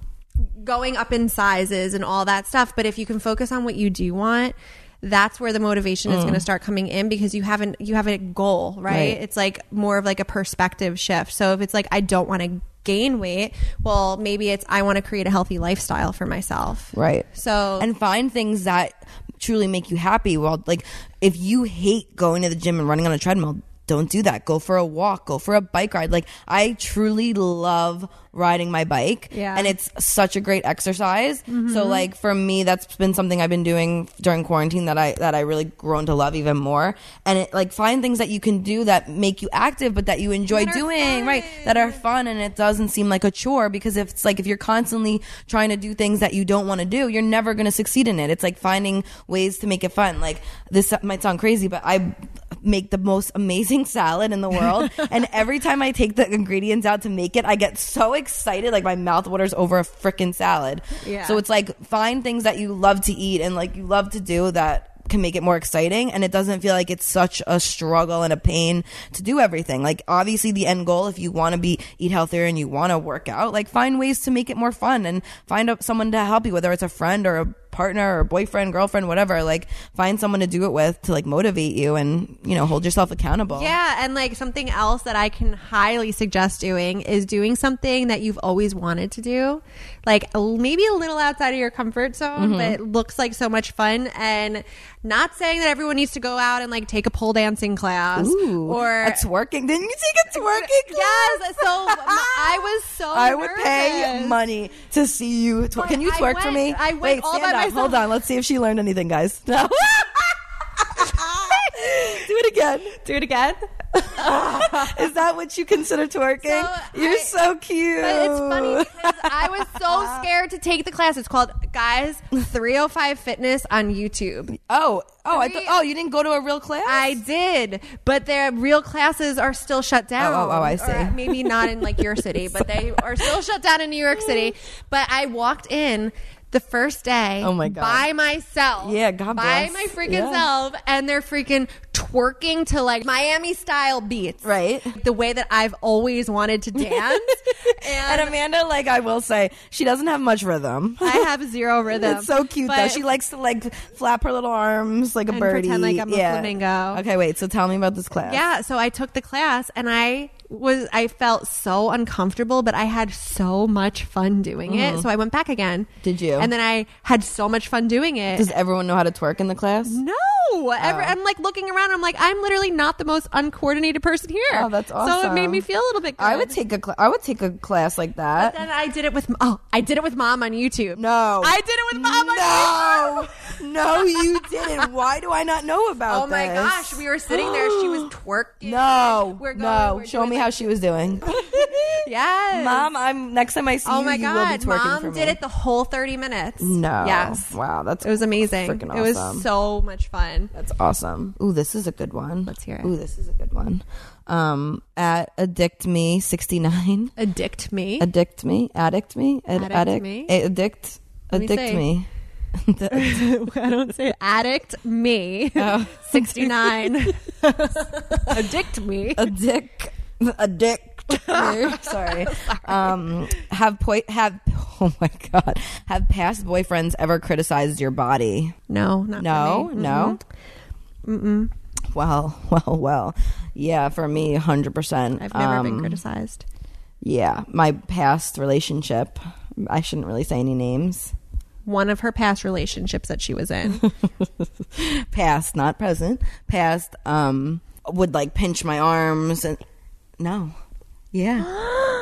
Speaker 2: going up in sizes and all that stuff. But if you can focus on what you do want, that's where the motivation is going to start coming in because you haven't you have a goal, right?
Speaker 1: Mm. Right.
Speaker 2: It's like more of like a perspective shift. So if it's like I don't want to gain weight, well maybe it's I want to create a healthy lifestyle for myself.
Speaker 1: Right.
Speaker 2: So
Speaker 1: and find things that truly make you happy. Well, like if you hate going to the gym and running on a treadmill, don't do that. Go for a walk, go for a bike ride. Like I truly love riding my bike.
Speaker 2: Yeah. Mm-hmm.
Speaker 1: And it's such a great exercise. So like for me, that's been something I've been doing during quarantine that I that I really grown to love even more. And it like find things that you can do that make you active but that you enjoy
Speaker 2: That are
Speaker 1: doing,
Speaker 2: fun.
Speaker 1: right? That are fun and it doesn't seem like a chore because if it's like if you're constantly trying to do things that you don't want to do, you're never going to succeed in it. It's like finding ways to make it fun. Like this might sound crazy, but I make the most amazing salad in the world and every time I take the ingredients out to make it, I get so excited like my mouth waters over a freaking salad.
Speaker 2: Yeah.
Speaker 1: So it's like find things that you love to eat and like you love to do that can make it more exciting and it doesn't feel like it's such a struggle and a pain to do everything. Like obviously the end goal if you want to be eat healthier and you want to work out, like find ways to make it more fun and find out someone to help you whether it's a friend or a partner or boyfriend, girlfriend, whatever. Like find someone to do it with to like motivate you and, you know, hold yourself accountable.
Speaker 2: Yeah, and like something else that I can highly suggest doing is doing something that you've always wanted to do, like a- maybe a little outside of your comfort
Speaker 1: Mm-hmm.
Speaker 2: zone, but it looks like so much fun. And not saying that everyone needs to go out and like take a pole dancing class
Speaker 1: Ooh,
Speaker 2: or
Speaker 1: it's working. Didn't you take a twerking class?
Speaker 2: yes. So m- I was so
Speaker 1: I would pay
Speaker 2: nervous.
Speaker 1: money to see you twerk. Can you
Speaker 2: I
Speaker 1: twerk for
Speaker 2: went-
Speaker 1: me?
Speaker 2: I went
Speaker 1: Wait,
Speaker 2: all
Speaker 1: stand
Speaker 2: by
Speaker 1: up.
Speaker 2: myself.
Speaker 1: Hold on. Let's see if she learned anything, guys. No. Do it again.
Speaker 2: Do it again.
Speaker 1: Is that what you consider twerking?
Speaker 2: So,
Speaker 1: You're
Speaker 2: I-
Speaker 1: so cute.
Speaker 2: But it's funny because I was so scared to take the class. It's called Guys 305 Fitness on YouTube.
Speaker 1: Oh, oh, I thought.
Speaker 2: Three-
Speaker 1: Oh, you didn't go to a real class.
Speaker 2: I did, but their real classes are still shut down.
Speaker 1: Oh, oh, oh, I
Speaker 2: Or uh,
Speaker 1: see.
Speaker 2: maybe not in like your city, but they are still shut down in New York City. But I walked in the first day
Speaker 1: Oh, my God.
Speaker 2: by myself.
Speaker 1: Yeah, God
Speaker 2: By
Speaker 1: bless.
Speaker 2: my freaking
Speaker 1: Yeah.
Speaker 2: self and they're freaking twerking to like Miami style beats.
Speaker 1: Right.
Speaker 2: The way that I've always wanted to dance. and
Speaker 1: And Amanda, like I will say, she doesn't have much rhythm.
Speaker 2: I have zero rhythm.
Speaker 1: It's so cute though.
Speaker 2: But-
Speaker 1: She likes to like flap her little arms like a
Speaker 2: And
Speaker 1: birdie.
Speaker 2: pretend like I'm a
Speaker 1: yeah.
Speaker 2: flamingo.
Speaker 1: Okay, wait. So tell me about this class.
Speaker 2: Yeah, so I took the class and I was I felt so uncomfortable, but I had so much fun doing it. So I went back again.
Speaker 1: Mm-hmm. Did you?
Speaker 2: And then I had so much fun doing it.
Speaker 1: Does Oh. everyone know how to twerk in the class?
Speaker 2: no, ever, I'm like looking around. I'm like, I'm literally not the most uncoordinated person here.
Speaker 1: Oh, that's
Speaker 2: So it made
Speaker 1: awesome.
Speaker 2: me feel a little bit. Good.
Speaker 1: I would take a cl- I would take a class like that.
Speaker 2: Then I did it with oh, I did it with mom on YouTube.
Speaker 1: no,
Speaker 2: I did it with mom. on YouTube.
Speaker 1: No, no, you didn't. Why do I not know about?
Speaker 2: Oh my
Speaker 1: this?
Speaker 2: gosh, we were sitting there. She was twerking.
Speaker 1: No,
Speaker 2: We're going-
Speaker 1: no.
Speaker 2: we're
Speaker 1: Show
Speaker 2: doing
Speaker 1: me
Speaker 2: like-
Speaker 1: how she was doing,
Speaker 2: Yes,
Speaker 1: Mom. I'm next time I see
Speaker 2: Oh
Speaker 1: you.
Speaker 2: my
Speaker 1: you will
Speaker 2: god,
Speaker 1: be twerking
Speaker 2: mom
Speaker 1: for me.
Speaker 2: did it the whole 30 minutes.
Speaker 1: No.
Speaker 2: Yes.
Speaker 1: Wow, that's
Speaker 2: It was amazing.
Speaker 1: freaking
Speaker 2: It was
Speaker 1: awesome.
Speaker 2: so much fun.
Speaker 1: That's awesome. Ooh, this is a good one. Let's
Speaker 2: hear it.
Speaker 1: Ooh, this is a good one. Um, at addict me sixty nine.
Speaker 2: Addict me.
Speaker 1: Addict me. Addict me. Ad-
Speaker 2: Addict me?
Speaker 1: A- Addict.
Speaker 2: me
Speaker 1: Addict
Speaker 2: see.
Speaker 1: me.
Speaker 2: I don't say addict me. 69. Addict me.
Speaker 1: a dick a dick sorry. um have po- have oh my god have past boyfriends ever criticized your body
Speaker 2: No, not
Speaker 1: no
Speaker 2: for me. Mm-hmm.
Speaker 1: no Mm-mm. well well well yeah for me 100%
Speaker 2: Mm-hmm. I've never
Speaker 1: Um,
Speaker 2: been criticized.
Speaker 1: yeah my past relationship i shouldn't really say any names
Speaker 2: One of her past relationships that she was in.
Speaker 1: past not present past um would like pinch my arms and no yeah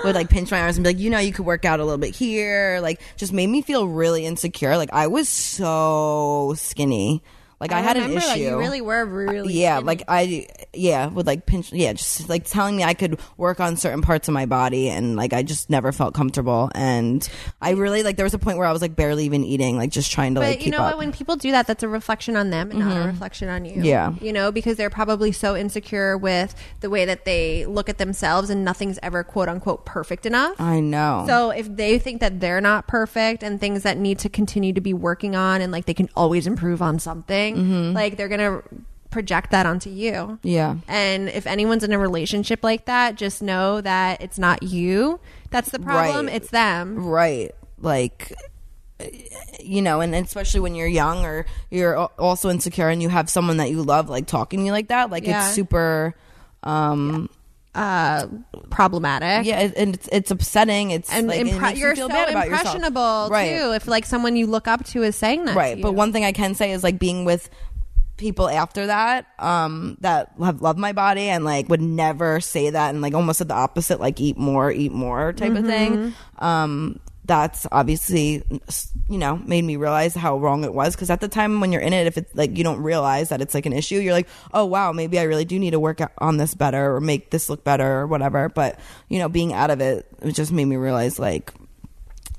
Speaker 1: would like pinch my arms and be like you know you could work out a little bit here like just made me feel really insecure like i was so skinny like i, had an
Speaker 2: remember,
Speaker 1: issue
Speaker 2: Like, you really were really
Speaker 1: yeah
Speaker 2: skinny.
Speaker 1: like i yeah would like pinch yeah just like telling me i could work on certain parts of my body and like i just never felt comfortable and i really like there was a point where i was like barely even eating like just trying to
Speaker 2: But
Speaker 1: like keep
Speaker 2: you know
Speaker 1: up
Speaker 2: what? When people do that, that's a reflection on them and not a reflection on you.
Speaker 1: Yeah.
Speaker 2: You know, because they're probably so insecure with the way that they look at themselves and nothing's ever quote unquote perfect enough.
Speaker 1: i know
Speaker 2: so if they think that they're not perfect and things that need to continue to be working on and like they can always improve on something,
Speaker 1: Mm-hmm.
Speaker 2: like they're going to project that onto you.
Speaker 1: yeah
Speaker 2: And if anyone's in a relationship like that, just know that it's not you that's the problem,
Speaker 1: Right.
Speaker 2: it's them.
Speaker 1: right like you know and especially when you're young or you're al- also insecure and you have someone that you love like talking to you like that like
Speaker 2: Yeah.
Speaker 1: it's super um
Speaker 2: Uh, problematic.
Speaker 1: yeah, it, and it's, it's upsetting it's
Speaker 2: and
Speaker 1: like it
Speaker 2: impre-
Speaker 1: makes you
Speaker 2: you're
Speaker 1: feel
Speaker 2: so
Speaker 1: bad about yourself.
Speaker 2: impressionable
Speaker 1: right
Speaker 2: too. If like someone you look up to is saying that, to
Speaker 1: right
Speaker 2: you.
Speaker 1: but one thing i can say is like being with people after that um that have loved my body and like would never say that and like almost said the opposite like eat more eat more type of thing
Speaker 2: Mm-hmm.
Speaker 1: um that's obviously you know made me realize how wrong it was because at the time when you're in it if it's like you don't realize that it's like an issue you're like oh wow maybe i really do need to work o- on this better or make this look better or whatever but you know being out of it it just made me realize like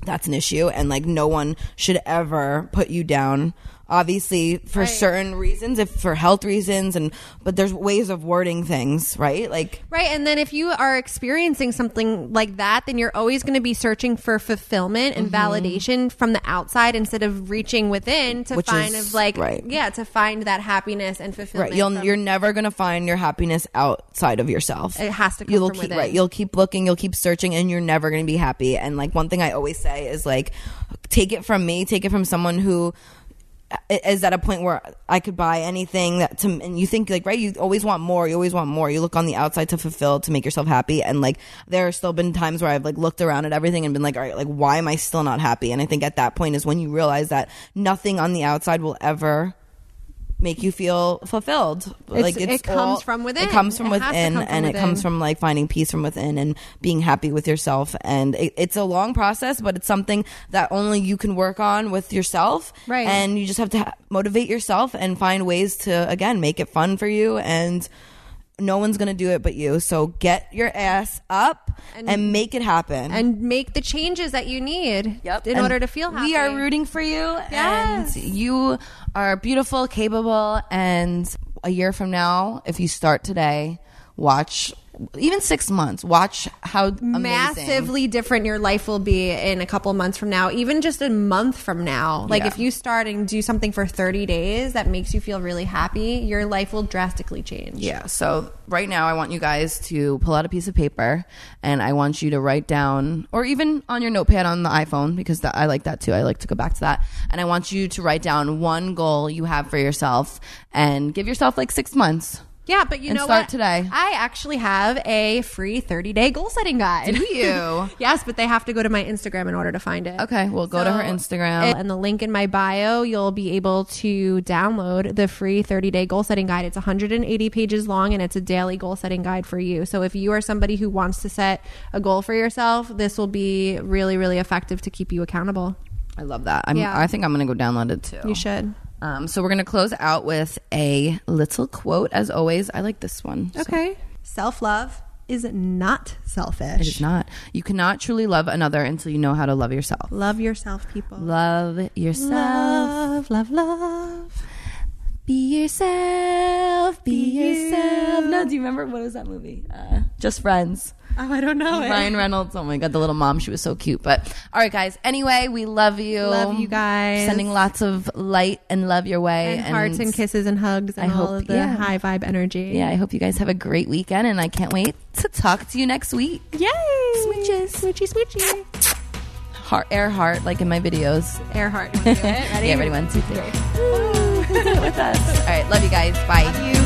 Speaker 1: that's an issue and like no one should ever put you down obviously for certain reasons if for health reasons and but there's ways of wording things right like
Speaker 2: Right. And then if you are experiencing something like that, then you're always going to be searching for fulfillment and
Speaker 1: Mm-hmm.
Speaker 2: validation from the outside instead of reaching within to
Speaker 1: Which
Speaker 2: find
Speaker 1: is-
Speaker 2: of like
Speaker 1: right.
Speaker 2: yeah, to find that happiness and fulfillment.
Speaker 1: right you'll
Speaker 2: from-
Speaker 1: you're never going to find your happiness outside of yourself
Speaker 2: It has to come
Speaker 1: you'll
Speaker 2: from
Speaker 1: keep
Speaker 2: within.
Speaker 1: right you'll keep looking you'll keep searching and you're never going to be happy and like one thing i always say is like take it from me take it from someone who uh, i- is at a point where I could buy anything that to, and you think like right you always want more you always want more you look on the outside to fulfill to make yourself happy and like there have still been times where I've like looked around at everything and been like all right like why am I still not happy and I think at that point is when you realize that nothing on the outside will ever make you feel fulfilled. like
Speaker 2: it comes from within.
Speaker 1: It comes from
Speaker 2: It has to
Speaker 1: within,
Speaker 2: come from
Speaker 1: and it
Speaker 2: within.
Speaker 1: comes from like finding peace from within and being happy with yourself. And it, it's a long process, but it's something that only you can work on with yourself.
Speaker 2: Right.
Speaker 1: And you just have to ha- motivate yourself and find ways to again make it fun for you and. No one's gonna do it but you. So get your ass up and, make it happen.
Speaker 2: and make the changes that you need in
Speaker 1: And
Speaker 2: order to feel happy.
Speaker 1: We are rooting for you.
Speaker 2: Yes.
Speaker 1: And you are beautiful, capable, and a year from now, if you start today, watch even six months, watch how amazing.
Speaker 2: massively different your life will be in a couple months from now, even just a month from now. Like
Speaker 1: Yeah.
Speaker 2: if you start and do something for 30 days that makes you feel really happy, your life will drastically change.
Speaker 1: Yeah. So right now, I want you guys to pull out a piece of paper, and I want you to write down, or even on your notepad on the iPhone, because that, I like that too. I like to go back to that, and I want you to write down one goal you have for yourself, and give yourself like six months.
Speaker 2: Yeah, but you
Speaker 1: And
Speaker 2: know
Speaker 1: start
Speaker 2: what?
Speaker 1: today.
Speaker 2: I actually have a free 30-day goal setting guide.
Speaker 1: Do you?
Speaker 2: yes, but they have to go to my Instagram in order to find it.
Speaker 1: Okay, well, go to her Instagram.
Speaker 2: it- and the link in my bio, you'll be able to download the free 30 day goal setting guide. It's 180 pages long and it's a daily goal setting guide for you. So if you are somebody who wants to set a goal for yourself, this will be really, really effective to keep you accountable.
Speaker 1: I love that. I'm,
Speaker 2: Yeah.
Speaker 1: I think I'm going to go download it too.
Speaker 2: You should.
Speaker 1: Um, so we're going to close out with a little quote, as always. I like this one. So
Speaker 2: Okay. Self love is not selfish.
Speaker 1: It is not. You cannot truly love another until you know how to love yourself.
Speaker 2: Love yourself, people.
Speaker 1: Love yourself.
Speaker 2: Love, love, love.
Speaker 1: Be yourself. Be
Speaker 2: you.
Speaker 1: yourself. No, do you remember what was that movie? Uh, Just Friends.
Speaker 2: Oh, I don't know.
Speaker 1: Ryan Reynolds. Oh my god, the little mom. She was so cute. But all right, guys. Anyway, we love you.
Speaker 2: Love you guys.
Speaker 1: Sending lots of light and love your way
Speaker 2: and hearts and kisses and hugs and
Speaker 1: I
Speaker 2: all
Speaker 1: hope-
Speaker 2: of the
Speaker 1: yeah.
Speaker 2: high vibe energy.
Speaker 1: yeah, I hope you guys have a great weekend, and I can't wait to talk to you next week.
Speaker 2: Yay!
Speaker 1: Smooches.
Speaker 2: Smoochy, smoochy.
Speaker 1: Heart, air heart, like in my videos.
Speaker 2: Earhart. Wanna do it? Ready?
Speaker 1: Yeah, ready? One, two, three. Woo. Do it with us. All right, love you guys. Bye.
Speaker 2: You.